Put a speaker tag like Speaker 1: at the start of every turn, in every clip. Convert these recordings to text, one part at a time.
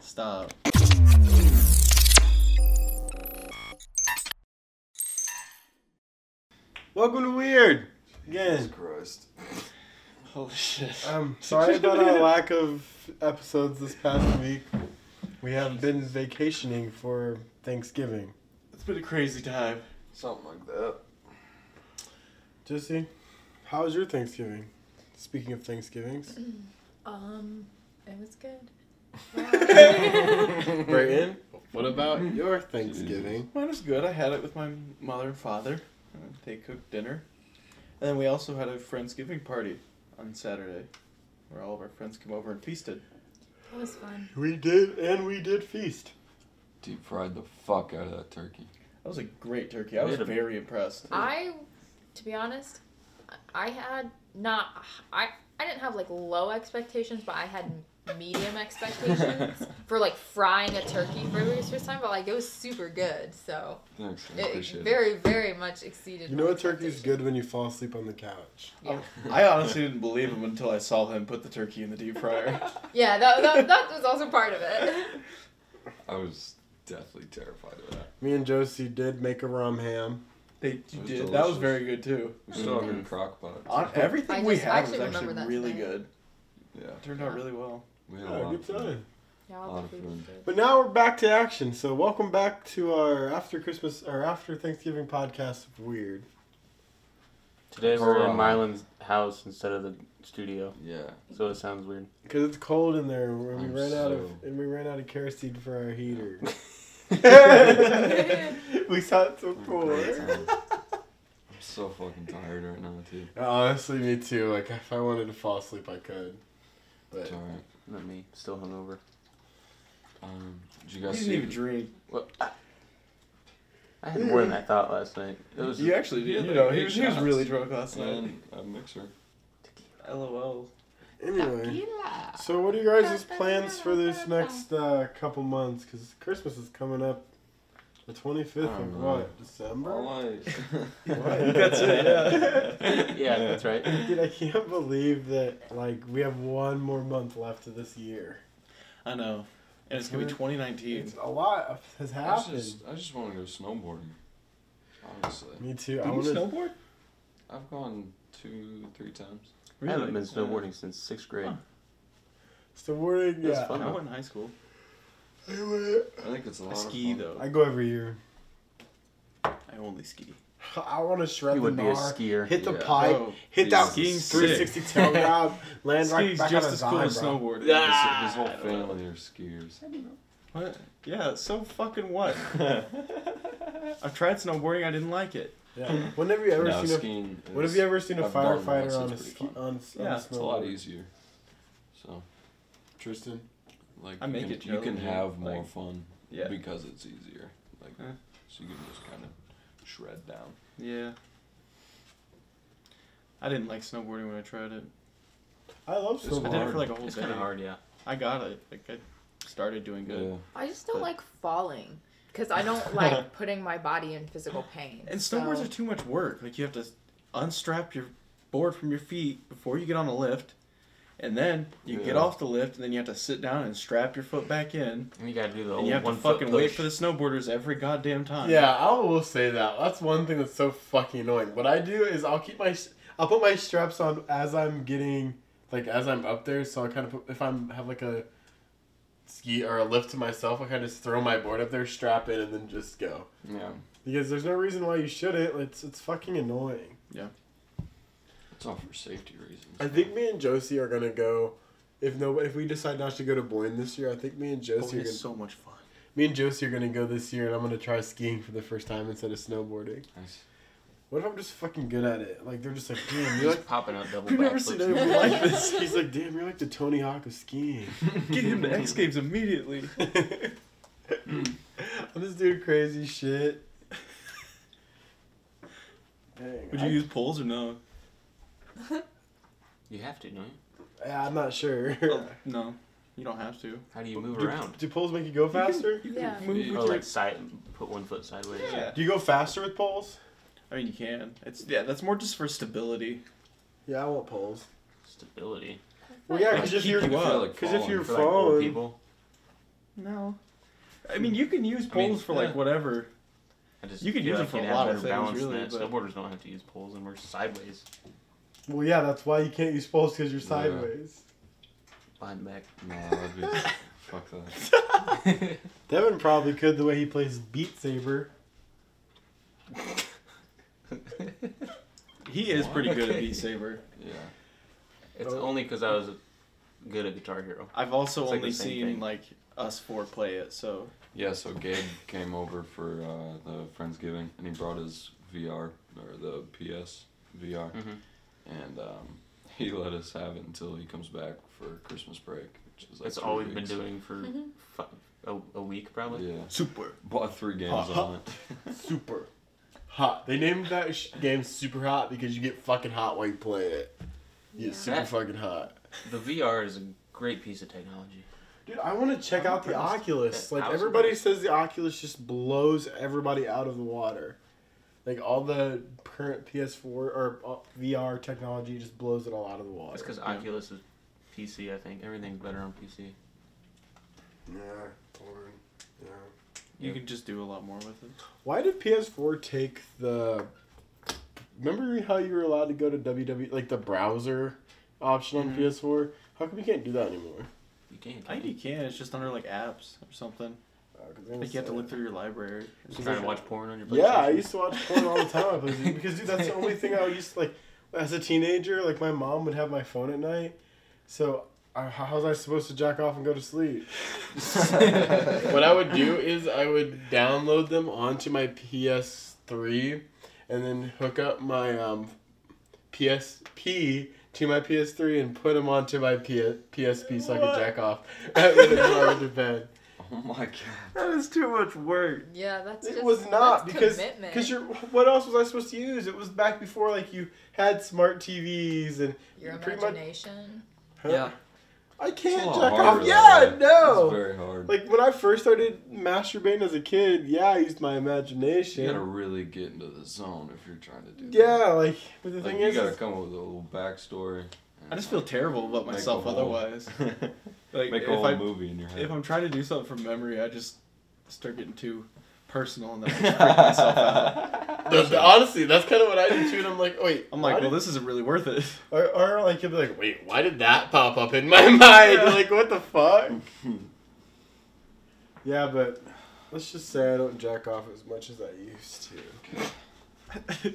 Speaker 1: Stop. Welcome to Weird.
Speaker 2: Again,
Speaker 3: Christ.
Speaker 2: holy shit.
Speaker 1: I'm sorry about our lack of episodes this past week. We have been vacationing for Thanksgiving.
Speaker 2: It's been a crazy time.
Speaker 3: Something like that.
Speaker 1: Jesse, how was your Thanksgiving? Speaking of Thanksgivings,
Speaker 4: Um, it was good.
Speaker 1: Brayton,
Speaker 5: What about
Speaker 2: Mm.
Speaker 1: your Thanksgiving?
Speaker 2: Mine was good. I had it with my mother and father. Uh, They cooked dinner. And then we also had a Friendsgiving party on Saturday where all of our friends came over and feasted.
Speaker 4: It was fun.
Speaker 1: We did, and we did feast.
Speaker 3: Deep fried the fuck out of that turkey.
Speaker 2: That was a great turkey. I
Speaker 3: We
Speaker 2: was
Speaker 3: had a- Oh,
Speaker 2: very impressed.
Speaker 4: I, to be honest, I had not. I I didn't have like low expectations, but I had medium expectations for like frying a turkey for the first time. But like it was super good, so
Speaker 3: Thanks, I
Speaker 4: it
Speaker 3: appreciate it.
Speaker 4: very very much exceeded.
Speaker 1: You know
Speaker 4: my
Speaker 1: a turkey's
Speaker 4: expectations.
Speaker 1: good when you fall asleep on the couch.
Speaker 4: Yeah,
Speaker 2: I honestly didn't believe him until I saw him put the turkey in the deep fryer.
Speaker 4: yeah that, that, that was also part of it.
Speaker 3: I was deathly terrified of that.
Speaker 1: Me and Josie did make a rum ham.
Speaker 2: They,
Speaker 3: It
Speaker 2: you
Speaker 3: was
Speaker 2: did. That was
Speaker 3: delicious.
Speaker 2: very good too.
Speaker 3: We still have it in crock pot.
Speaker 2: On, everything
Speaker 4: I
Speaker 2: we
Speaker 4: just- I
Speaker 2: Mm. had
Speaker 4: actually
Speaker 2: was
Speaker 4: remember
Speaker 2: actually
Speaker 4: that
Speaker 2: really
Speaker 4: today.
Speaker 2: good.
Speaker 3: Yeah.
Speaker 2: It turned out really well.
Speaker 3: We had a
Speaker 1: Yeah,
Speaker 3: lot
Speaker 1: good
Speaker 3: of fun.
Speaker 1: time.
Speaker 4: Yeah, all
Speaker 3: Lot
Speaker 4: the
Speaker 3: of
Speaker 4: food was
Speaker 3: food.
Speaker 4: good.
Speaker 1: But now we're back to action. So welcome back to our after Christmas or after Thanksgiving podcast. of Weird.
Speaker 6: Today we're in
Speaker 2: um,
Speaker 3: Hurrah.
Speaker 6: Mylan's house instead of the studio,
Speaker 3: Yeah.
Speaker 6: so it sounds weird.
Speaker 1: Because it's cold in there, and we
Speaker 3: I'm
Speaker 1: ran out of
Speaker 3: so-
Speaker 1: and we ran out of kerosene for our heater.
Speaker 2: we sound so
Speaker 3: It
Speaker 2: cool.
Speaker 3: was a great time. I'm so fucking tired right now, too.
Speaker 1: Honestly, me too. Like if I wanted to fall asleep, I could. But
Speaker 3: It's alright.
Speaker 6: Not me, still hungover.
Speaker 3: Um, did you
Speaker 2: You
Speaker 3: guys
Speaker 2: didn't even
Speaker 3: see?
Speaker 2: drink.
Speaker 6: I had more than I thought last night. It was
Speaker 2: You actually did.
Speaker 3: Yeah,
Speaker 2: you know,
Speaker 3: like
Speaker 2: he
Speaker 3: eight
Speaker 2: was, he was
Speaker 3: shots.
Speaker 2: really drunk last night.
Speaker 3: And a mixer.
Speaker 2: LOL.
Speaker 1: anyway, so what are you guys' plans for this next uh, couple months? Because Christmas is coming up. The twenty fifth
Speaker 3: I
Speaker 1: of
Speaker 3: don't know.
Speaker 1: what? December.
Speaker 3: All I-
Speaker 2: That's it, yeah.
Speaker 6: yeah, that's right.
Speaker 1: Dude, I can't believe that like we have one more month left of this year.
Speaker 2: I know. And it's going to be 2019.
Speaker 1: It's a lot of, has
Speaker 3: I
Speaker 1: happened.
Speaker 3: just, I just want to go snowboarding. Honestly.
Speaker 1: Me too.
Speaker 2: Do
Speaker 1: I
Speaker 2: you
Speaker 1: want to.
Speaker 2: snowboard?
Speaker 3: I've gone two, three times.
Speaker 6: I haven't been snowboarding since sixth grade.
Speaker 2: Huh.
Speaker 1: Snowboarding.
Speaker 6: That's
Speaker 1: Yeah.
Speaker 6: fun.
Speaker 2: I went in high school.
Speaker 1: I went-
Speaker 3: I think it's a lot
Speaker 2: I
Speaker 3: of
Speaker 2: ski,
Speaker 3: fun.
Speaker 2: though.
Speaker 1: I go every year.
Speaker 2: I only ski.
Speaker 1: I want to shred
Speaker 6: You
Speaker 1: the
Speaker 6: would be a
Speaker 1: gnar,
Speaker 6: skier.
Speaker 1: hit the
Speaker 3: Yeah.
Speaker 1: pipe,
Speaker 2: Bro,
Speaker 1: hit that
Speaker 2: skiing's
Speaker 1: 360 tail grab, land right
Speaker 2: Skiing's
Speaker 1: back
Speaker 2: just
Speaker 1: on
Speaker 2: as cool
Speaker 1: a
Speaker 2: as
Speaker 1: dime,
Speaker 2: snowboarding.
Speaker 3: His, his
Speaker 2: I
Speaker 3: whole
Speaker 2: don't know.
Speaker 3: family are skiers.
Speaker 2: What? Yeah, so fucking what? I've tried snowboarding, I didn't like it.
Speaker 1: bro. Yeah. When have you ever
Speaker 3: No,
Speaker 1: seen
Speaker 3: skiing
Speaker 1: a When have
Speaker 3: is-
Speaker 1: you ever seen a
Speaker 3: I've done that,
Speaker 1: firefighter
Speaker 3: so
Speaker 1: on a
Speaker 3: it's pretty
Speaker 1: ski,
Speaker 3: fun.
Speaker 1: on, s- on
Speaker 2: Yeah,
Speaker 1: a
Speaker 2: it's
Speaker 3: It's a lot
Speaker 1: snowboard?
Speaker 3: easier. So,
Speaker 1: Tristan,
Speaker 3: like,
Speaker 2: I
Speaker 3: you
Speaker 2: make
Speaker 3: can,
Speaker 2: it
Speaker 3: you can
Speaker 2: challenging,
Speaker 3: have more
Speaker 2: like-
Speaker 3: fun
Speaker 2: Yeah.
Speaker 3: because it's easier. Like,
Speaker 2: Yeah.
Speaker 3: so you can just kind of shred down.
Speaker 2: Yeah. I didn't like snowboarding when I tried it.
Speaker 1: I love
Speaker 3: It's
Speaker 2: I did it
Speaker 1: snowboarding.
Speaker 2: for like a whole
Speaker 6: It's
Speaker 2: day.
Speaker 6: kind of hard, yeah.
Speaker 2: I got it. Like I started doing good.
Speaker 4: I just don't
Speaker 2: But-
Speaker 4: like falling because I don't like putting my body in physical pain.
Speaker 2: And snowboards
Speaker 4: so-
Speaker 2: are too much work. Like you have to unstrap your board from your feet before you get on the lift, and then you get
Speaker 3: Yeah.
Speaker 2: off the lift, and then you have to sit down and strap your foot back in,
Speaker 6: And you gotta do the
Speaker 2: and you have to
Speaker 6: old one foot
Speaker 2: fucking wait
Speaker 6: push.
Speaker 2: for the snowboarders every goddamn time.
Speaker 1: Yeah, I will say that. That's one thing that's so fucking annoying. What I do is I'll keep my s- I'll put my straps on as I'm getting like as I'm up there, so I kind of put, if I'm have like a ski or a lift to myself, I kind of just throw my board up there, strap in, and then just go.
Speaker 3: Yeah.
Speaker 1: Because there's no reason why you shouldn't. It's it's fucking annoying.
Speaker 3: It's all for safety reasons.
Speaker 1: I think me and Josie are gonna go. If no, if we decide not to go to Boyne this year, I think me and
Speaker 2: Oh,
Speaker 1: Josie are gonna,
Speaker 2: it's so much fun.
Speaker 1: me and Josie are gonna go this year, and I'm gonna try skiing for the first time instead of snowboarding.
Speaker 3: Nice.
Speaker 1: What if I'm just fucking good at it? Like they're just like, damn,
Speaker 6: You're
Speaker 1: you're like
Speaker 6: like popping out double
Speaker 2: We've never
Speaker 6: backflips.
Speaker 2: seen
Speaker 6: and
Speaker 2: anyone
Speaker 6: shit.
Speaker 2: like this.
Speaker 1: He's like, damn, you're like the Tony Hawk of skiing.
Speaker 2: Get him to X Games immediately.
Speaker 1: I'm just doing crazy shit. Dang,
Speaker 2: Would
Speaker 1: I-
Speaker 2: you use poles or no?
Speaker 6: You have to, don't you?
Speaker 1: Yeah, I'm not sure.
Speaker 2: Oh, no, you don't have to.
Speaker 6: How do you move
Speaker 1: do,
Speaker 6: around?
Speaker 1: Do poles make you go faster?
Speaker 2: You
Speaker 4: Yeah.
Speaker 2: can move with
Speaker 6: Oh,
Speaker 2: your-
Speaker 6: like side, put one foot sideways.
Speaker 2: Yeah.
Speaker 1: Do you go faster with poles?
Speaker 2: I mean, you can. It's yeah. That's more just for stability.
Speaker 1: Yeah, I want poles.
Speaker 6: Stability. Oh,
Speaker 1: Well, yeah,
Speaker 2: Like,
Speaker 1: because if
Speaker 2: keep
Speaker 1: you're
Speaker 2: you up.
Speaker 1: because if
Speaker 3: falling
Speaker 1: your
Speaker 6: For like old
Speaker 1: phone,
Speaker 6: people.
Speaker 2: No. I mean, you can use
Speaker 6: I mean,
Speaker 2: poles for like
Speaker 6: yeah.
Speaker 2: whatever.
Speaker 6: I just
Speaker 2: You could
Speaker 6: feel
Speaker 2: use it
Speaker 6: like
Speaker 2: for
Speaker 6: you'd
Speaker 2: a
Speaker 6: have
Speaker 2: lot of
Speaker 6: better
Speaker 2: things,
Speaker 6: balance than
Speaker 2: really,
Speaker 6: that.
Speaker 2: but-
Speaker 6: Snowboarders don't have to use poles, and we're sideways
Speaker 1: Well, yeah, that's why you can't use poles because you're
Speaker 3: Yeah.
Speaker 1: sideways.
Speaker 6: behind the back.
Speaker 3: Nah, that'd be fuck that.
Speaker 1: Devin probably could the way he plays Beat Saber.
Speaker 2: He is pretty good at
Speaker 6: Okay.
Speaker 2: Beat Saber.
Speaker 3: Yeah.
Speaker 6: It's
Speaker 1: Oh.
Speaker 6: only because I was good at Guitar Hero.
Speaker 2: I've also
Speaker 6: It's like the
Speaker 2: only
Speaker 6: same
Speaker 2: seen
Speaker 6: thing.
Speaker 2: like us four play it, so
Speaker 3: Yeah, so Gabe came over for uh, the Friendsgiving and he brought his VR or the PS VR
Speaker 6: Mhm.
Speaker 3: and um, he let us have it until he comes back for Christmas break, which is like
Speaker 6: That's
Speaker 3: two
Speaker 6: all we've been
Speaker 3: weeks.
Speaker 6: doing for fu- a, a week, probably.
Speaker 3: Yeah,
Speaker 2: super.
Speaker 3: bought three games
Speaker 1: Uh-huh.
Speaker 3: on it.
Speaker 1: Super hot. They named that sh- game Super Hot because you get fucking hot while you play it. You get
Speaker 4: Yeah.
Speaker 1: super
Speaker 6: That-
Speaker 1: fucking hot.
Speaker 6: The VR is a great piece of technology.
Speaker 1: Dude, I want to check
Speaker 6: I'm
Speaker 1: out the
Speaker 6: impressed.
Speaker 1: Oculus.
Speaker 6: Yeah, I
Speaker 1: Like
Speaker 6: was
Speaker 1: everybody
Speaker 6: impressed.
Speaker 1: says, the Oculus just blows everybody out of the water. Like all the current PS4 or uh, VR technology just blows it all out of the water.
Speaker 6: That's because Oculus is PC. I think everything's better on PC.
Speaker 1: yeah, porn. Yeah.
Speaker 2: You can just do a lot more with it.
Speaker 1: Why did PS4 take the? Remember how you were allowed to go to www like the browser option on
Speaker 2: Mhm.
Speaker 1: PS4? How come you can't do that anymore?
Speaker 6: You can't.
Speaker 2: I think you can. It's just under like apps or something.
Speaker 1: Uh, 'cause they're
Speaker 2: Like you have to
Speaker 1: insane.
Speaker 2: look through your library.
Speaker 6: you trying to watch porn on your.
Speaker 1: Yeah, I
Speaker 6: PlayStation?
Speaker 1: used to watch porn all the time on PlayStation because dude, that's the only thing I used to, like. As a teenager, like my mom would have my phone at night, so I, how was I supposed to jack off and go to sleep? what I would do is I would download them onto my PS3 and then hook up my um, PSP to my PS3 and put them onto my P- PSP so I could
Speaker 2: What?
Speaker 1: jack off. That was when I went to bed.
Speaker 3: Oh my god.
Speaker 2: That is too much work.
Speaker 4: Yeah, that's
Speaker 1: It
Speaker 4: just,
Speaker 1: was not
Speaker 4: that's
Speaker 1: because
Speaker 4: commitment.
Speaker 1: because you're what else was I supposed to use? It was back before like you had smart TVs and
Speaker 4: your
Speaker 1: pretty much-
Speaker 4: imagination.
Speaker 1: Huh?
Speaker 2: Yeah.
Speaker 1: I
Speaker 3: It's a
Speaker 1: can't
Speaker 3: lot
Speaker 1: jack
Speaker 3: harder
Speaker 1: off.
Speaker 3: that
Speaker 1: Yeah,
Speaker 3: way. It's
Speaker 1: no.
Speaker 3: very hard.
Speaker 1: Like when I first started masturbating as a kid, yeah, I used my imagination.
Speaker 3: you gotta really get into the zone if you're trying to do that.
Speaker 1: Yeah, like, but the
Speaker 3: Like,
Speaker 1: thing
Speaker 3: you
Speaker 1: is,
Speaker 3: gotta
Speaker 1: is-
Speaker 3: come up with a little backstory.
Speaker 2: I just feel terrible about
Speaker 3: Make a
Speaker 2: myself
Speaker 3: whole-
Speaker 2: otherwise. Like
Speaker 3: Make a
Speaker 2: if
Speaker 3: whole
Speaker 2: I
Speaker 3: movie in your head.
Speaker 2: if I'm trying to do something from memory, I just start getting too personal and then I just freak myself out.
Speaker 1: the- the- honestly, that's kind of what I did too. And I'm like, wait,
Speaker 2: I'm like,
Speaker 1: why
Speaker 2: well,
Speaker 1: did-
Speaker 2: this isn't really worth it.
Speaker 1: or, or like you'll be like, wait, why did that pop up in my mind?
Speaker 2: Yeah.
Speaker 1: Like, what the fuck? yeah, but let's just say I don't jack off as much as I used to.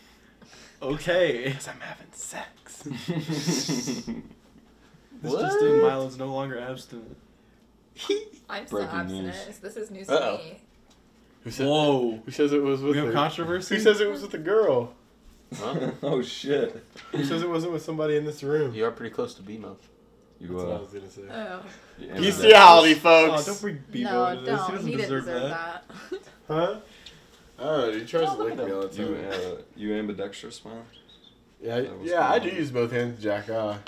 Speaker 2: okay.
Speaker 1: Cause I'm having sex.
Speaker 2: This just in, Milo's no longer abstinent.
Speaker 4: I'm still
Speaker 3: Breaking
Speaker 4: abstinent.
Speaker 3: news.
Speaker 4: This is news
Speaker 6: Uh-oh.
Speaker 4: to me.
Speaker 1: Who said?
Speaker 2: Whoa.
Speaker 1: Who says it was with?
Speaker 2: We have
Speaker 1: a-
Speaker 2: controversy.
Speaker 1: who says it was with a girl?
Speaker 6: Huh?
Speaker 3: oh shit.
Speaker 1: Who says it wasn't with somebody in this room?
Speaker 6: You are pretty close to BMO.
Speaker 3: You
Speaker 1: That's what I
Speaker 3: uh,
Speaker 1: was gonna say.
Speaker 4: Oh
Speaker 3: you ended up-
Speaker 1: Bestiality,
Speaker 2: Oh,
Speaker 1: folks.
Speaker 2: don't bring Bebo
Speaker 4: no,
Speaker 2: into this.
Speaker 4: don't.
Speaker 2: He doesn't
Speaker 4: He,
Speaker 2: deserve,
Speaker 4: didn't deserve
Speaker 2: that.
Speaker 4: that.
Speaker 1: huh? Oh, he tries to lick me all the
Speaker 3: You
Speaker 1: time.
Speaker 3: uh, you ambidextrous, man.
Speaker 1: Yeah, I-
Speaker 3: That was
Speaker 1: yeah, I do
Speaker 3: cool.
Speaker 1: use both hands to jack off.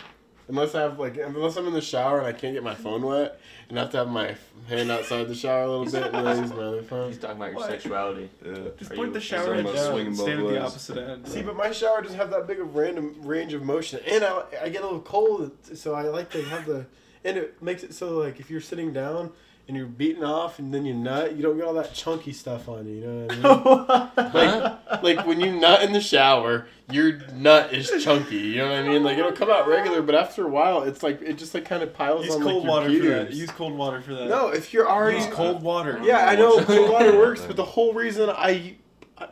Speaker 1: Unless I have like, unless I'm in the shower and I can't get my phone wet, and I have to have my f- hand outside the shower a little bit, and then I use my other phone.
Speaker 6: He's talking about your
Speaker 2: What?
Speaker 6: sexuality.
Speaker 3: Yeah.
Speaker 2: Just
Speaker 6: Are
Speaker 2: point
Speaker 6: you-
Speaker 2: the
Speaker 6: is
Speaker 2: shower
Speaker 3: there
Speaker 2: head
Speaker 3: much
Speaker 2: down.
Speaker 3: swing
Speaker 2: and
Speaker 3: above
Speaker 2: Stand at the
Speaker 3: legs?
Speaker 2: opposite end.
Speaker 1: See, but my shower doesn't have that big of random range of motion, and I I get a little cold, so I like to have the, and it makes it so like if you're sitting down and you're beating off and then you nut, you don't get all that chunky stuff on you. You know what I mean? Like, like when you nut in the shower, your nut is chunky. You know what I mean? Like it'll come out regular, but after a while, it's like it just like kind of piles
Speaker 2: Use
Speaker 1: on
Speaker 2: cold
Speaker 1: like your
Speaker 2: water for that.
Speaker 1: pubes.
Speaker 2: Use cold water for that.
Speaker 1: no, if you're already
Speaker 2: Use cold water.
Speaker 1: yeah, I know cold water
Speaker 3: Yeah,
Speaker 1: works,
Speaker 3: like-
Speaker 1: but the whole reason I,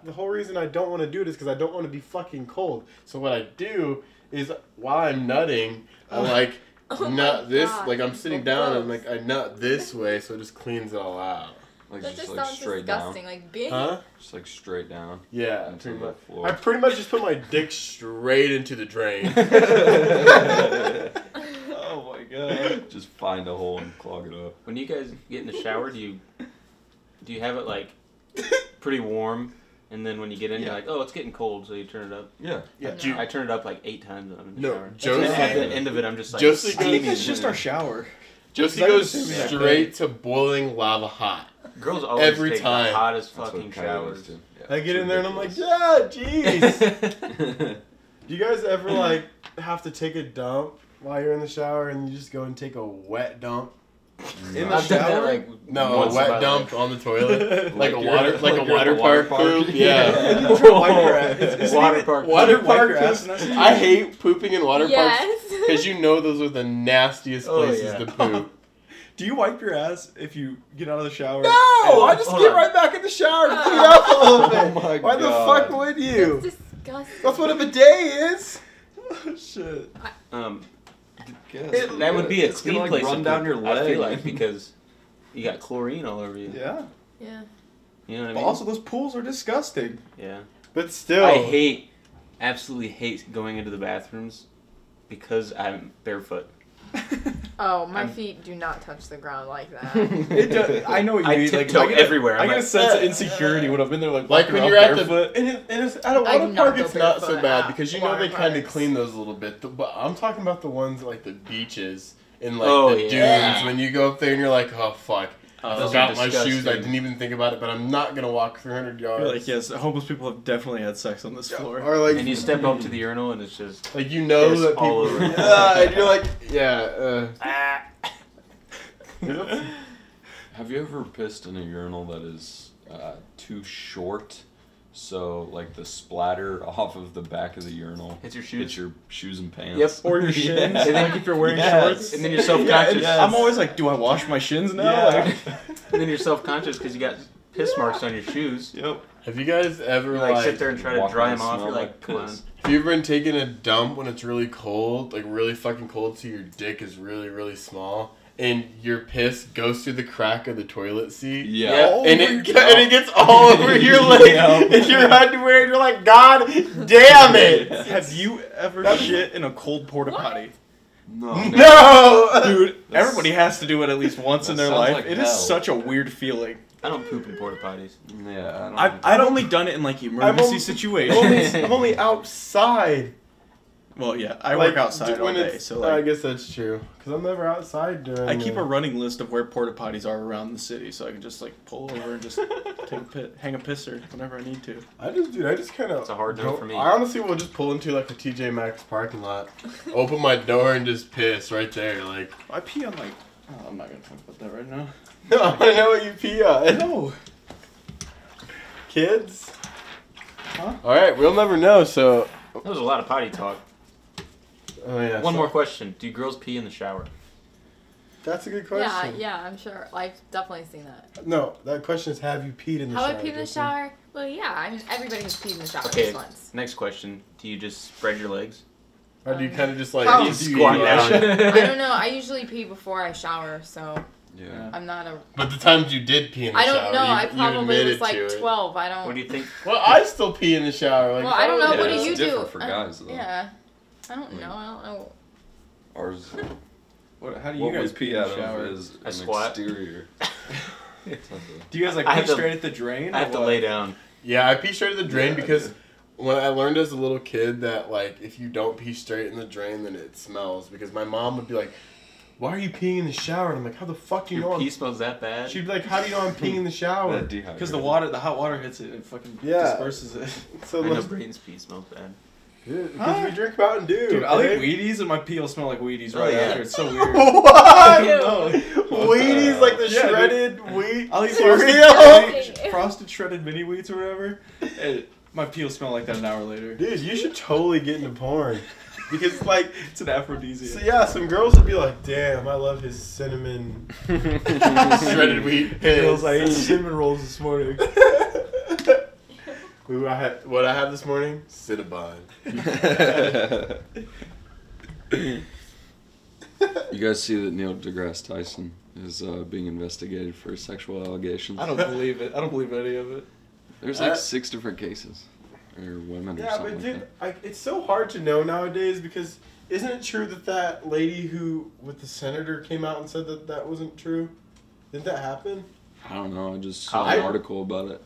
Speaker 1: the whole reason I don't want to do it is because I don't want to be fucking cold. So what I do is while I'm nutting, I like
Speaker 4: Oh
Speaker 1: nut
Speaker 4: my
Speaker 1: this,
Speaker 4: God,
Speaker 1: like I'm sitting
Speaker 4: so
Speaker 1: down and
Speaker 4: gross.
Speaker 1: like I nut this way, so it just cleans it all out.
Speaker 3: Like
Speaker 4: That
Speaker 3: just,
Speaker 4: just
Speaker 3: like
Speaker 4: sounds
Speaker 3: straight
Speaker 4: disgusting. Like being
Speaker 1: Huh?
Speaker 3: down. Just like straight down.
Speaker 1: Yeah,
Speaker 3: Into
Speaker 1: pretty
Speaker 3: the
Speaker 1: much.
Speaker 3: floor.
Speaker 1: I pretty much just put my dick straight into the drain.
Speaker 2: Oh my god.
Speaker 3: just find a hole and clog it up.
Speaker 6: When you guys get in the shower, do you do you have it like pretty warm, and then when you get in,
Speaker 3: Yeah.
Speaker 6: you're like, oh, it's getting cold, so you turn it up.
Speaker 3: Yeah.
Speaker 1: Yeah,
Speaker 4: No.
Speaker 1: dude,
Speaker 6: I turn it up like eight times when I'm in the
Speaker 1: No,
Speaker 6: shower.
Speaker 1: Josie-
Speaker 6: And at the end of it, I'm just like,
Speaker 1: Josie
Speaker 2: I think
Speaker 1: goes-
Speaker 2: that's just our shower.
Speaker 1: Josie
Speaker 2: Exactly
Speaker 1: goes
Speaker 2: the same exact
Speaker 1: straight to boiling lava hot.
Speaker 6: girls always
Speaker 1: every
Speaker 6: take
Speaker 1: time.
Speaker 6: the hottest
Speaker 3: That's
Speaker 6: fucking
Speaker 3: what coyotes
Speaker 6: showers.
Speaker 3: do. Yeah,
Speaker 1: I get
Speaker 3: it's
Speaker 1: in there and I'm like,
Speaker 3: ridiculous.
Speaker 1: yeah, jeez.
Speaker 6: That's
Speaker 1: Do you guys ever like have to take a dump while you're in the shower and you just go and take a wet dump?
Speaker 2: In the
Speaker 1: I've done that,
Speaker 2: shower?
Speaker 1: like, No,
Speaker 6: Once
Speaker 1: a
Speaker 6: in
Speaker 1: wet
Speaker 6: my life.
Speaker 1: dump on the toilet. Like a
Speaker 6: you're-
Speaker 1: water- like a
Speaker 6: you're at the
Speaker 1: water park poop,
Speaker 2: yeah.
Speaker 1: yeah.
Speaker 2: You try to wipe your ass. It's- it's
Speaker 6: water
Speaker 2: even-
Speaker 6: park.
Speaker 2: What?
Speaker 1: Water
Speaker 2: You wipe your
Speaker 1: park.
Speaker 2: ass
Speaker 1: poop-
Speaker 2: and that's-
Speaker 1: I hate pooping in water parks
Speaker 4: yes.
Speaker 1: because you know those are the nastiest
Speaker 6: Oh,
Speaker 1: places
Speaker 6: yeah.
Speaker 1: to poop.
Speaker 2: Do you wipe your ass if you get out of the shower?
Speaker 1: No, I just
Speaker 6: Hold
Speaker 1: get
Speaker 6: on.
Speaker 1: right back in the shower and clean
Speaker 4: Oh.
Speaker 1: up a little
Speaker 3: Oh
Speaker 1: bit.
Speaker 3: my
Speaker 1: Why
Speaker 3: God.
Speaker 1: the fuck would
Speaker 4: That's
Speaker 1: you?
Speaker 4: disgusting.
Speaker 1: That's what a bidet is.
Speaker 2: Oh, shit.
Speaker 6: Um,
Speaker 3: Guess.
Speaker 1: It-
Speaker 6: that would be a
Speaker 3: It's gonna,
Speaker 6: clean
Speaker 3: like,
Speaker 6: place
Speaker 3: run
Speaker 6: to
Speaker 3: down
Speaker 6: poop,
Speaker 3: your leg.
Speaker 6: I feel like because you got chlorine all over you.
Speaker 2: Yeah.
Speaker 4: Yeah.
Speaker 6: You know what I
Speaker 2: But
Speaker 6: mean?
Speaker 2: also, those pools are disgusting.
Speaker 6: yeah.
Speaker 1: But still,
Speaker 6: I hate, absolutely hate going into the bathrooms because I'm barefoot.
Speaker 4: Oh, my
Speaker 6: I'm-
Speaker 4: feet do not touch the ground like that.
Speaker 2: It does, I know what you
Speaker 6: I
Speaker 2: mean. Like,
Speaker 6: tiptoe
Speaker 2: I get a-
Speaker 6: everywhere. I'm
Speaker 2: I get a
Speaker 6: like,
Speaker 2: sense of
Speaker 1: "Ugh."
Speaker 2: insecurity when I've been there. Like,
Speaker 1: like
Speaker 2: walking
Speaker 1: when
Speaker 2: around
Speaker 1: you're at
Speaker 2: barefoot.
Speaker 1: the and, it, and it's at a
Speaker 4: I do
Speaker 1: water
Speaker 4: not
Speaker 1: park,
Speaker 4: go
Speaker 1: it's not so
Speaker 4: barefoot
Speaker 1: bad
Speaker 4: at
Speaker 1: because you know
Speaker 4: water
Speaker 1: they kind of
Speaker 4: parks.
Speaker 1: clean those a little bit. The- But I'm talking about the ones like the beaches and like
Speaker 6: Oh,
Speaker 1: the
Speaker 6: yeah.
Speaker 1: dunes when you go up there and you're like, oh fuck, I
Speaker 6: Those are
Speaker 1: forgot my shoes. I
Speaker 6: disgusting.
Speaker 1: didn't even think about it, but I'm not gonna walk 300 yards.
Speaker 2: You're like, yes, homeless people have definitely had sex on this floor.
Speaker 1: Or like
Speaker 6: And you step up to the urinal and it's just
Speaker 1: Like you know
Speaker 6: Piss
Speaker 1: that people,
Speaker 6: all over.
Speaker 1: yeah, and you're like, yeah. Uh,
Speaker 6: ah.
Speaker 3: Have you ever pissed in a urinal that is uh, too short? So like the splatter off of the back of the urinal
Speaker 6: Hits your shoes.
Speaker 3: hits your shoes and pants.
Speaker 6: Yep.
Speaker 2: Or your shins.
Speaker 3: Yeah.
Speaker 2: And then if you're wearing
Speaker 3: Yes.
Speaker 2: shorts.
Speaker 6: And then you're self-conscious.
Speaker 2: Yeah, it's- I'm always like, do I wash my shins now?
Speaker 3: Yeah.
Speaker 6: and then you're self-conscious because you got piss marks on your shoes.
Speaker 2: yep.
Speaker 1: have you guys ever
Speaker 6: You
Speaker 1: like,
Speaker 6: like sit there and try to
Speaker 3: Walk
Speaker 6: dry
Speaker 3: around
Speaker 6: them off.
Speaker 3: smell
Speaker 6: You're like,
Speaker 3: like
Speaker 6: come on.
Speaker 3: piss.
Speaker 1: have you ever been taking a dump when it's really cold, like really fucking cold, so your dick is really really small, and your piss goes through the crack of the toilet seat.
Speaker 3: Yeah.
Speaker 6: Yep.
Speaker 1: And
Speaker 2: Oh my
Speaker 1: it,
Speaker 2: God.
Speaker 1: and it gets all over your leg
Speaker 3: Yeah.
Speaker 1: and your underwear, and you're like, God damn it!
Speaker 2: Have you ever
Speaker 1: That-
Speaker 2: shit in a cold porta potty?
Speaker 3: No.
Speaker 1: No!
Speaker 2: Dude,
Speaker 3: That's-
Speaker 2: everybody has to do it at least once
Speaker 3: That
Speaker 2: in their
Speaker 3: sounds
Speaker 2: life.
Speaker 3: like
Speaker 2: It is
Speaker 3: hell.
Speaker 2: such a weird feeling.
Speaker 6: I don't poop in porta potties.
Speaker 3: Yeah. I
Speaker 2: I've,
Speaker 3: don't.
Speaker 2: I'd only done it in like emergency
Speaker 1: only- I'm
Speaker 2: situations.
Speaker 1: only, I'm only outside.
Speaker 2: well, yeah, I
Speaker 1: Like,
Speaker 2: work outside
Speaker 1: d-
Speaker 2: all
Speaker 1: when
Speaker 2: day,
Speaker 1: it's-
Speaker 2: so
Speaker 1: I
Speaker 2: like,
Speaker 1: guess that's true. Because I'm never outside during.
Speaker 2: I keep
Speaker 1: the-
Speaker 2: a running list of where porta potties are around the city, so I can just like pull over and just take a pit, hang a pisser whenever I need to.
Speaker 1: I just, dude, I just kind of.
Speaker 6: It's a hard no for me.
Speaker 1: I honestly will just pull into like a TJ Maxx parking lot, open my door, and just piss right there. Like,
Speaker 2: I pee on like, oh, I'm not gonna talk about that right now.
Speaker 1: I know what you pee on,
Speaker 2: No.
Speaker 1: kids.
Speaker 2: Huh?
Speaker 1: All right, we'll never know. So,
Speaker 3: Oh.
Speaker 6: That was a lot of potty talk.
Speaker 1: oh yeah.
Speaker 6: One
Speaker 1: so-
Speaker 6: more question: Do girls pee in the shower?
Speaker 1: That's a good
Speaker 4: yeah,
Speaker 1: question.
Speaker 4: yeah, I'm sure. I've definitely seen that.
Speaker 1: No, that question is: Have you peed in the
Speaker 4: How
Speaker 1: shower?
Speaker 4: I pee in the
Speaker 1: Jason?
Speaker 4: shower? Well, yeah, I mean, everybody has peed in the shower at
Speaker 6: Okay.
Speaker 4: least once.
Speaker 6: Next question: Do you just spread your legs?
Speaker 1: Or do you kind of just like
Speaker 4: Oh.
Speaker 1: do you
Speaker 6: Squat
Speaker 1: eat out?
Speaker 6: down.
Speaker 4: I don't know. I usually pee before I shower, so
Speaker 3: Yeah.
Speaker 4: I'm not a.
Speaker 1: But the times you did pee in the
Speaker 4: I
Speaker 1: shower,
Speaker 4: don't know.
Speaker 1: you,
Speaker 4: I
Speaker 1: you
Speaker 4: probably
Speaker 1: admitted
Speaker 4: was like
Speaker 1: to it.
Speaker 4: 12. I don't.
Speaker 6: What do you think?
Speaker 1: Well, I still pee in the shower. Like,
Speaker 4: well, I don't know.
Speaker 1: probably
Speaker 4: What
Speaker 1: not.
Speaker 4: do
Speaker 3: it's
Speaker 4: you do?
Speaker 3: different for
Speaker 4: I-
Speaker 3: guys, though.
Speaker 4: Yeah. I don't
Speaker 3: Mm.
Speaker 4: know. I don't know.
Speaker 3: Ours.
Speaker 2: What, how do you
Speaker 3: What we
Speaker 2: guys
Speaker 3: pee
Speaker 2: in
Speaker 3: out
Speaker 2: the shower?
Speaker 3: of is an
Speaker 6: squat.
Speaker 3: exterior.
Speaker 2: Do you guys like
Speaker 6: I
Speaker 2: pee
Speaker 6: have to-
Speaker 2: straight at the drain?
Speaker 6: I have
Speaker 2: or
Speaker 6: to
Speaker 2: what?
Speaker 6: lay down.
Speaker 1: Yeah, I pee straight at the
Speaker 2: Yeah,
Speaker 1: drain
Speaker 2: I
Speaker 1: because
Speaker 2: do.
Speaker 1: when I learned as a little kid that like if you don't pee straight in the drain, then it smells. Because my mom would be like, "Why are you peeing in the shower?" And I'm like, "How the fuck do you
Speaker 6: Your
Speaker 1: know?" I'm-"
Speaker 6: pee smells that bad.
Speaker 1: She'd be like, "How do you know I'm peeing in the shower?"
Speaker 2: Because the water, the hot water hits it and fucking
Speaker 1: Yeah.
Speaker 2: disperses it.
Speaker 1: so
Speaker 6: I know
Speaker 1: like,
Speaker 6: Brayden's pee smells bad.
Speaker 1: because
Speaker 2: Huh?
Speaker 1: we drink Mountain Dew.
Speaker 2: Dude, I'll
Speaker 1: okay?
Speaker 2: eat Wheaties and my pee will smell like Wheaties
Speaker 6: Oh,
Speaker 2: right
Speaker 6: yeah.
Speaker 2: after. It's so weird.
Speaker 1: what?
Speaker 4: Ew.
Speaker 1: Wheaties like the
Speaker 2: Yeah, dude.
Speaker 1: shredded wheat.
Speaker 2: I'll eat
Speaker 1: cereal.
Speaker 2: frosted, mini- frosted shredded mini wheats or whatever. And my pee will smell like that an hour later.
Speaker 1: Dude, you should totally get into porn because like.
Speaker 2: It's an aphrodisiac.
Speaker 1: So yeah, some girls would be like, "Damn, I love his cinnamon shredded wheat."
Speaker 2: Girls, I ate
Speaker 1: piss."
Speaker 2: cinnamon rolls this morning.
Speaker 1: We were- I had- what I had this morning? Cinnabon.
Speaker 3: You guys see that Neil deGrasse Tyson is uh, being investigated for sexual allegations?
Speaker 2: I don't believe it. I don't believe any of it.
Speaker 3: There's like
Speaker 1: Uh,
Speaker 3: six different cases, or women, or
Speaker 1: yeah,
Speaker 3: something
Speaker 1: but
Speaker 3: like
Speaker 1: dude, I, it's so hard to know nowadays because isn't it true that that lady who with the senator came out and said that that wasn't true? Did that happen?
Speaker 3: that. I don't know. I just saw
Speaker 1: I-
Speaker 3: an article about it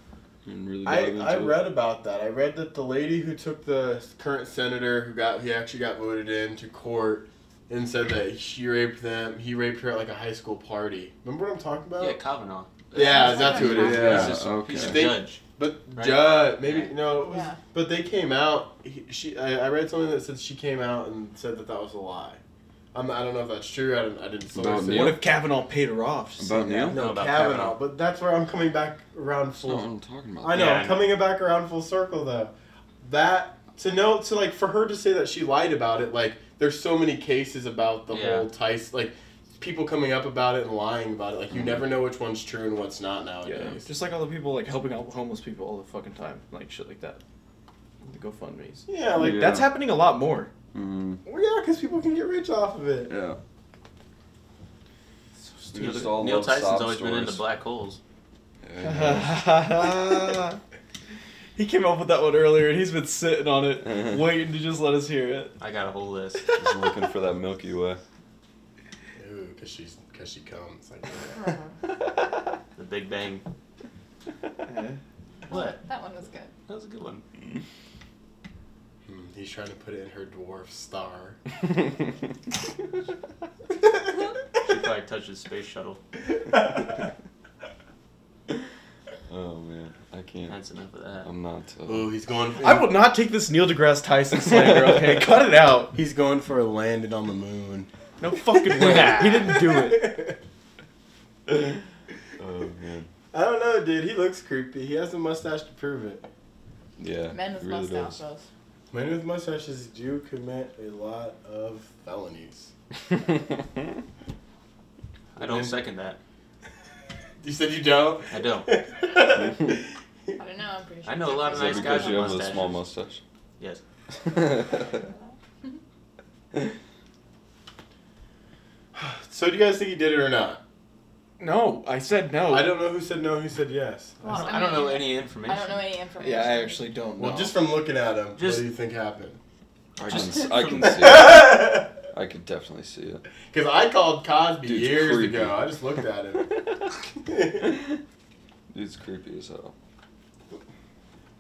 Speaker 3: and really dove
Speaker 1: I,
Speaker 3: into
Speaker 1: I
Speaker 3: it.
Speaker 1: read about that. I read that the lady who took the current senator who got he actually got voted in to court and said that she raped them. He raped her at like a high school party. Remember what I'm talking about?
Speaker 6: Yeah, Kavanaugh.
Speaker 1: Yeah, that's who it is.
Speaker 3: Yeah,
Speaker 6: He's just
Speaker 3: okay.
Speaker 6: he's a
Speaker 1: They-
Speaker 6: judge.
Speaker 1: But
Speaker 6: Right?
Speaker 1: Judd, maybe
Speaker 6: Yeah.
Speaker 1: no, it was.
Speaker 4: Yeah.
Speaker 1: But they came out. He, she, I, I read something that said she came out and said that that was a lie. I'm not, I don't know if that's true. I, don't, I didn't source
Speaker 3: About
Speaker 1: it.
Speaker 3: Neil?
Speaker 2: What if Kavanaugh paid her off? Just
Speaker 3: About
Speaker 2: like that.
Speaker 3: Neil?
Speaker 1: No,
Speaker 6: No, about
Speaker 1: Kavanaugh,
Speaker 6: Kavanaugh.
Speaker 1: But that's where I'm coming back around
Speaker 3: That's not
Speaker 1: full.
Speaker 3: what I'm talking about.
Speaker 1: I know.
Speaker 6: Yeah, I
Speaker 1: I'm coming back around full circle though. That to know to like for her to say that she lied about it, like there's so many cases about the
Speaker 6: Yeah.
Speaker 1: whole Tyson, like people coming up about it and lying about it. Like you never know which one's true and what's not
Speaker 2: Yeah.
Speaker 1: nowadays.
Speaker 2: Just like all the people like helping out homeless people all the fucking time, like shit like that. The GoFundmes.
Speaker 1: Yeah, like
Speaker 3: Yeah.
Speaker 1: yeah.
Speaker 2: That's happening a lot more.
Speaker 3: Mm,
Speaker 1: Well, yeah, because people can get rich off of it.
Speaker 3: yeah.
Speaker 2: So
Speaker 3: We just all
Speaker 6: Neil
Speaker 3: love
Speaker 6: Tyson's
Speaker 3: sob
Speaker 6: always been into
Speaker 3: stories.
Speaker 6: black holes.
Speaker 3: Yeah.
Speaker 2: stupid. he came up with that one earlier, and he's been sitting on it,
Speaker 3: Mhm.
Speaker 2: waiting to just let us hear it.
Speaker 6: I got a whole list.
Speaker 3: Just looking for that Milky Way.
Speaker 1: Ooh, because she's because she comes. Like,
Speaker 3: Uh-huh.
Speaker 6: The Big Bang. What?
Speaker 4: That one was good.
Speaker 6: That was a good one.
Speaker 1: hmm, he's trying to put it in her dwarf star.
Speaker 6: She probably touched his space shuttle.
Speaker 3: oh man, I can't.
Speaker 6: That's enough of that.
Speaker 3: I'm not. Uh,
Speaker 1: Ooh, he's going.
Speaker 2: I will not take this Neil deGrasse Tyson slander. Okay, cut it out.
Speaker 1: He's going for a landing on the moon.
Speaker 2: No fucking way. He didn't do it.
Speaker 3: oh man.
Speaker 1: I don't know, dude. He looks creepy. He has a mustache to prove it.
Speaker 3: Yeah.
Speaker 4: Men with
Speaker 3: it really does.
Speaker 4: mustaches.
Speaker 1: Men with mustaches do commit a lot of felonies.
Speaker 6: I don't second that.
Speaker 1: You said you don't.
Speaker 6: I don't.
Speaker 4: I don't know. I'm pretty sure.
Speaker 6: I know a lot of
Speaker 3: Is
Speaker 6: nice
Speaker 3: that because
Speaker 6: guys
Speaker 3: you have
Speaker 6: with
Speaker 3: a small
Speaker 6: mustaches.
Speaker 3: mustache?
Speaker 6: Yes.
Speaker 1: so do you guys think he did it or not?
Speaker 2: No, I said no.
Speaker 1: I don't know who said no, who said yes.
Speaker 4: Well,
Speaker 6: I don't know
Speaker 4: mean,
Speaker 6: any information.
Speaker 4: I don't know any information.
Speaker 2: Yeah, I actually don't know.
Speaker 1: Well, just from looking at him,
Speaker 6: Just-
Speaker 1: what do you think happened?
Speaker 3: I can.
Speaker 6: Just
Speaker 3: s- I
Speaker 6: from-
Speaker 3: can see. It.
Speaker 1: Because
Speaker 3: I could definitely see it.
Speaker 1: I called Cosby
Speaker 3: Dude's
Speaker 1: years
Speaker 3: creepy.
Speaker 1: ago. I just looked at him.
Speaker 3: Dude's creepy as hell.
Speaker 1: But,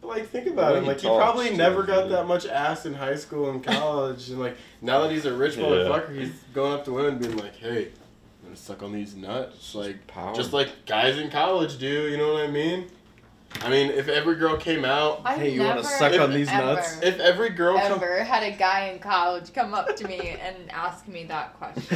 Speaker 1: Like think
Speaker 3: Well,
Speaker 1: about it.
Speaker 3: he
Speaker 1: Like he
Speaker 3: talks,
Speaker 1: probably
Speaker 3: so
Speaker 1: never got
Speaker 3: yeah.
Speaker 1: that much ass in high school and college, and like now that he's a rich
Speaker 3: Yeah.
Speaker 1: motherfucker, he's going up to women being like, "Hey, I'm gonna suck on these nuts." Like
Speaker 3: Power.
Speaker 1: just like guys in college do. You know what I mean? I mean, if every girl came out,
Speaker 4: I've
Speaker 2: Hey, you wanna
Speaker 4: never,
Speaker 2: suck
Speaker 1: on
Speaker 2: these
Speaker 4: ever,
Speaker 2: nuts?
Speaker 1: if every girl come,
Speaker 4: Ever had a guy in college come up to me and ask me that question?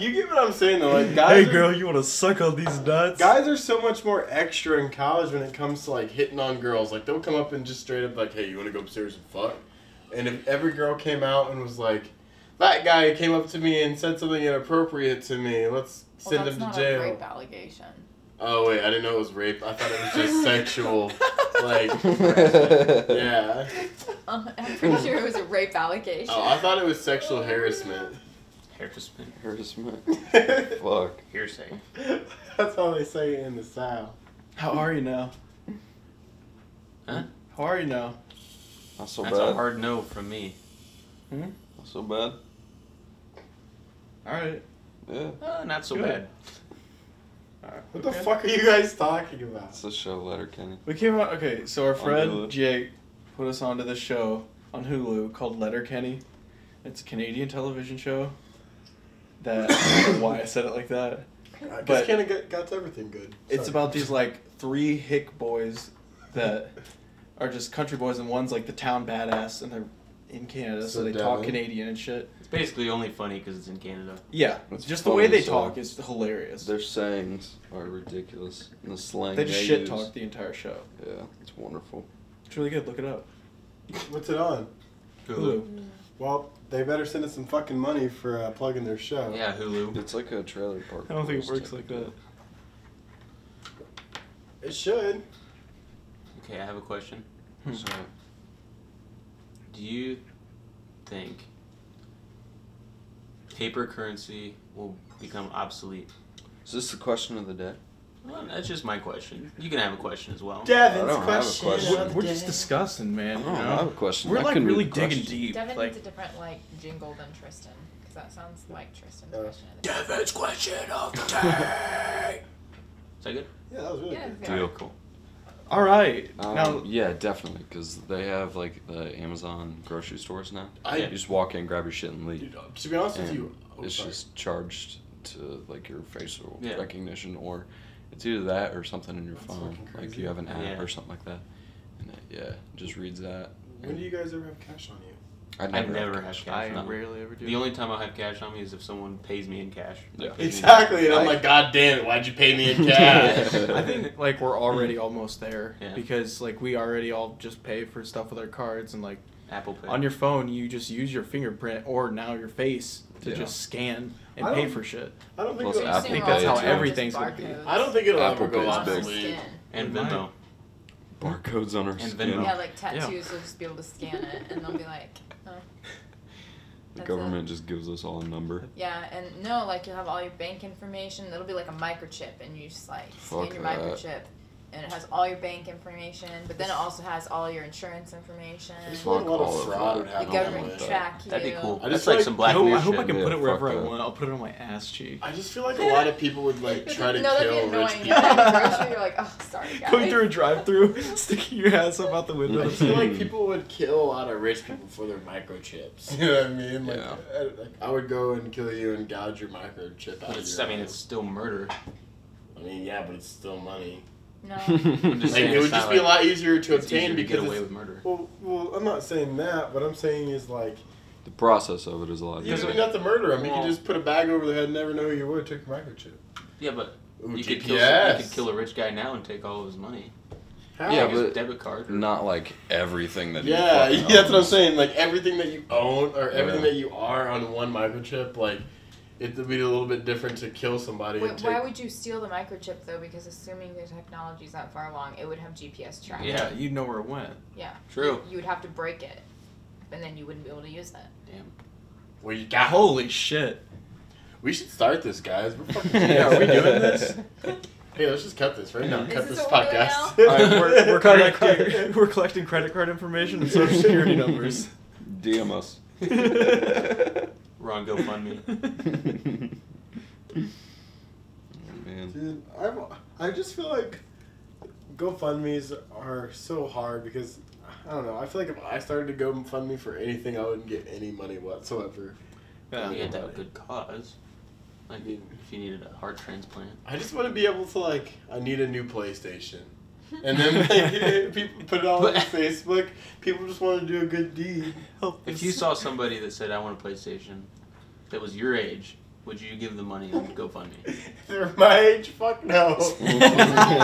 Speaker 1: you get what I'm saying though. Like guys,
Speaker 2: hey
Speaker 1: are-
Speaker 2: girl, you want to suck on these nuts?
Speaker 1: guys are so much more extra in college when it comes to like hitting on girls. Like they'll come up and just straight up like, "Hey, you want to go upstairs and fuck?" And if every girl came out and was like, "That guy came up to me and said something inappropriate to me. Let's
Speaker 4: well,
Speaker 1: send
Speaker 4: that's
Speaker 1: him
Speaker 4: not
Speaker 1: to
Speaker 4: a
Speaker 1: jail."
Speaker 4: rape allegation.
Speaker 1: Oh wait, I didn't know it was rape. I thought it was just sexual. Like, yeah.
Speaker 4: Uh, I'm pretty sure it was a rape allegation.
Speaker 1: Oh, I thought it was sexual harassment.
Speaker 6: Harassment.
Speaker 3: Harassment.
Speaker 1: That's
Speaker 3: Fuck.
Speaker 6: Hearsay.
Speaker 1: how they say it in the South.
Speaker 2: How are you now?
Speaker 6: Huh?
Speaker 2: How are you now?
Speaker 3: Not so
Speaker 6: That's
Speaker 3: bad.
Speaker 6: a hard no from me.
Speaker 3: Not so bad.
Speaker 2: All right.
Speaker 3: Yeah.
Speaker 6: Uh, not so
Speaker 2: Good.
Speaker 6: bad.
Speaker 2: All right.
Speaker 1: What the fuck are you guys talking about?
Speaker 3: It's the show letter, Kenny.
Speaker 2: We came out okay. So our friend
Speaker 3: Hulu.
Speaker 2: Jake put us onto this show on Hulu called Letter Kenny. It's a Canadian television show. That I don't know why I said it like that.
Speaker 1: Because
Speaker 2: But-
Speaker 1: Canada got, got everything good.
Speaker 2: It's
Speaker 1: Sorry.
Speaker 2: about these like three hick boys that are just country boys, and one's like the town badass, and they're in Canada, so,
Speaker 1: So
Speaker 2: they talk
Speaker 1: Devin.
Speaker 2: Canadian and shit.
Speaker 6: It's basically only funny because it's in Canada.
Speaker 2: Yeah,
Speaker 3: That's
Speaker 2: just the
Speaker 3: funny
Speaker 2: way they
Speaker 3: as hell.
Speaker 2: talk is hilarious.
Speaker 3: Their sayings are ridiculous. And the slang
Speaker 2: They just
Speaker 3: they
Speaker 2: shit
Speaker 3: use-
Speaker 2: talk the entire show.
Speaker 3: Yeah, it's wonderful.
Speaker 2: It's really good. Look it up.
Speaker 1: What's it on?
Speaker 2: Hulu.
Speaker 1: Well, they better send us some fucking money for uh, plugging their show.
Speaker 6: Yeah, Hulu.
Speaker 3: It's like a trailer park.
Speaker 2: I don't think it
Speaker 3: Boys
Speaker 2: works like
Speaker 3: type of-
Speaker 2: that.
Speaker 1: It should.
Speaker 6: Okay, I have a question.
Speaker 2: Hmm.
Speaker 6: So, do you think paper currency will become obsolete?
Speaker 3: Is this the question of the day?
Speaker 6: Well, that's just my question. You can have a question as well.
Speaker 3: I don't have a question. question.
Speaker 2: We're, we're just discussing, man.
Speaker 3: I
Speaker 2: You
Speaker 3: don't know, I have a
Speaker 2: know?
Speaker 3: question.
Speaker 2: We're
Speaker 3: I
Speaker 2: like
Speaker 3: couldn't do
Speaker 2: really
Speaker 3: the
Speaker 2: digging
Speaker 3: question.
Speaker 2: deep.
Speaker 4: Devin
Speaker 2: Like,
Speaker 4: needs a different like jingle than Tristan because that sounds like Tristan's
Speaker 1: Uh,
Speaker 4: question.
Speaker 6: Devin's question of the day. Is that good?
Speaker 1: Yeah, that was really
Speaker 4: Yeah,
Speaker 1: good.
Speaker 4: yeah.
Speaker 3: Deal.
Speaker 6: Cool.
Speaker 2: all right.
Speaker 3: Um,
Speaker 2: now,
Speaker 3: yeah, definitely, because they have like the Amazon grocery stores now.
Speaker 1: I-
Speaker 3: you just walk in, grab your shit, and leave.
Speaker 1: Dude, uh, to be honest with
Speaker 3: And
Speaker 1: you, oh,
Speaker 3: it's
Speaker 1: sorry.
Speaker 3: just charged to like your facial
Speaker 6: Yeah.
Speaker 3: recognition, or it's either that or something in your
Speaker 1: That's
Speaker 3: phone.
Speaker 1: fucking
Speaker 3: Like
Speaker 1: crazy.
Speaker 3: you have an app
Speaker 6: Yeah.
Speaker 3: or something like that, and it, yeah, just reads that.
Speaker 1: When do you guys ever have cash on you?
Speaker 3: I
Speaker 6: I never have cash.
Speaker 2: I
Speaker 6: no.
Speaker 2: rarely ever do.
Speaker 6: The only time I have cash on me is if someone pays me in cash.
Speaker 3: Yeah.
Speaker 6: Pays me in
Speaker 1: Exactly. And I'm like, God damn it, why'd you pay me in cash?
Speaker 2: I think like we're already almost there
Speaker 6: Yeah.
Speaker 2: because like we already all just pay for stuff with our cards and like
Speaker 6: Apple Pay.
Speaker 2: on your phone you just use your fingerprint or now your face to
Speaker 3: Yeah.
Speaker 2: just scan and
Speaker 1: I
Speaker 2: pay
Speaker 1: don't-
Speaker 2: for shit.
Speaker 1: I don't think
Speaker 3: Plus
Speaker 1: it'll,
Speaker 4: I
Speaker 3: Apple
Speaker 4: think
Speaker 3: Pay
Speaker 4: that's how
Speaker 3: too.
Speaker 4: everything's gonna be.
Speaker 1: I don't think it'll
Speaker 3: Apple
Speaker 1: ever go
Speaker 3: Pays
Speaker 1: obsolete.
Speaker 6: and
Speaker 2: Mine.
Speaker 6: Venmo.
Speaker 3: Barcodes on our
Speaker 6: And
Speaker 3: skin.
Speaker 6: Venmo.
Speaker 4: Yeah, like tattoos will just be able to scan it, and they'll be like, oh.
Speaker 3: The
Speaker 4: That's
Speaker 3: government just gives us all a number.
Speaker 4: yeah, and no, like you'll have all your bank information. It'll be like a microchip, and you just like scan
Speaker 3: Fuck
Speaker 4: your
Speaker 3: that.
Speaker 4: microchip, and it has all your bank information. But then it also has all your insurance information.
Speaker 1: There's
Speaker 3: Fuck
Speaker 1: not a lot
Speaker 3: all
Speaker 1: of
Speaker 3: of
Speaker 1: fraud
Speaker 3: that.
Speaker 1: would
Speaker 4: The
Speaker 1: happen.
Speaker 4: government
Speaker 1: with
Speaker 3: that.
Speaker 4: track you.
Speaker 6: That'd be cool.
Speaker 1: I
Speaker 6: That's
Speaker 1: just
Speaker 6: like,
Speaker 1: like-
Speaker 6: some
Speaker 2: I
Speaker 6: Black
Speaker 2: hope, I
Speaker 6: Mirror
Speaker 2: hope
Speaker 6: shit.
Speaker 2: I can
Speaker 3: Yeah,
Speaker 2: put it wherever
Speaker 3: fuck
Speaker 2: I
Speaker 3: that.
Speaker 2: want. I'll put it on my ass cheek.
Speaker 1: I just feel like a lot of people would like try to
Speaker 4: no, that'd be
Speaker 1: kill
Speaker 4: annoying.
Speaker 1: rich
Speaker 4: You're
Speaker 1: people.
Speaker 4: at the grocery, you're like, oh, sorry, guys.
Speaker 2: Going through a drive-through, sticking your ass up out the window.
Speaker 1: I
Speaker 3: Yeah.
Speaker 2: That's
Speaker 1: feel
Speaker 6: Hmm.
Speaker 1: like people would kill a lot of rich people for their microchips. You know what I mean? Like,
Speaker 3: Yeah.
Speaker 1: I, like, I would go and kill you and gouge your microchip out
Speaker 6: But
Speaker 1: of
Speaker 6: it's,
Speaker 1: your
Speaker 6: I mean,
Speaker 1: eye.
Speaker 6: it's still murder.
Speaker 1: I mean, yeah, but it's still money.
Speaker 4: No.
Speaker 6: just
Speaker 1: Like,
Speaker 6: saying
Speaker 1: it
Speaker 6: it's
Speaker 1: would just
Speaker 6: not
Speaker 1: be a
Speaker 6: like-
Speaker 1: lot easier to
Speaker 6: It's
Speaker 1: obtain
Speaker 6: easier to
Speaker 1: because
Speaker 6: get away
Speaker 1: it's-
Speaker 6: with murder.
Speaker 1: Well, well, I'm not saying that. What I'm saying is like
Speaker 3: the process of it is a lot
Speaker 1: you
Speaker 6: Because
Speaker 1: don't
Speaker 3: easier.
Speaker 1: even have to murder them. You
Speaker 6: Well-
Speaker 1: could just put a bag over their head, and never know who you were. Took your microchip.
Speaker 6: Yeah, but
Speaker 1: Ooh,
Speaker 6: you could, kill, you
Speaker 1: GPS.
Speaker 6: could kill a rich guy now and take all of his money.
Speaker 1: How?
Speaker 3: Yeah,
Speaker 6: Like his
Speaker 3: but-
Speaker 6: debit card.
Speaker 3: Not like everything that. he
Speaker 1: Yeah,
Speaker 3: fucking
Speaker 1: yeah, that's what I'm
Speaker 3: owns.
Speaker 1: saying. Like everything that you own or everything
Speaker 3: Yeah.
Speaker 1: that you are on one microchip, like it would be a little bit different to kill somebody.
Speaker 4: Wait,
Speaker 1: and take,
Speaker 4: why would you steal the microchip though? Because assuming the technology's that far along, it would have GPS tracking.
Speaker 2: yeah, you'd know where it went.
Speaker 4: Yeah.
Speaker 6: True.
Speaker 4: You would have to break it, and then you wouldn't be able to use that.
Speaker 1: well, you got
Speaker 2: Holy shit!
Speaker 1: We should start this, guys. We're fucking
Speaker 2: Yeah,
Speaker 1: are we doing this? Hey, let's just cut this right now.
Speaker 4: Is
Speaker 1: cut
Speaker 4: this
Speaker 1: this
Speaker 4: what we're doing
Speaker 1: podcast.
Speaker 4: now?
Speaker 2: All right, we're, we're, collecting, we're collecting credit card information and social security numbers.
Speaker 3: DM us.
Speaker 6: Ron, GoFundMe.
Speaker 3: Man.
Speaker 1: Dude, I'm, I just feel like GoFundMe's are so hard because I don't know. I feel like if I started to GoFundMe for anything, I wouldn't get any money whatsoever.
Speaker 2: Yeah.
Speaker 6: Yeah, you had to have a good cause. Like if you needed a heart transplant.
Speaker 1: I just want to be able to like. I need a new PlayStation, and then like, people put it all on Facebook. People just want to do a good deed.
Speaker 2: Help
Speaker 6: If
Speaker 2: us.
Speaker 6: you saw somebody that said, "I want a PlayStation," that was your age, would you give the money and GoFundMe?
Speaker 1: If they're my age, fuck no.
Speaker 4: Wasn't there
Speaker 3: Yeah.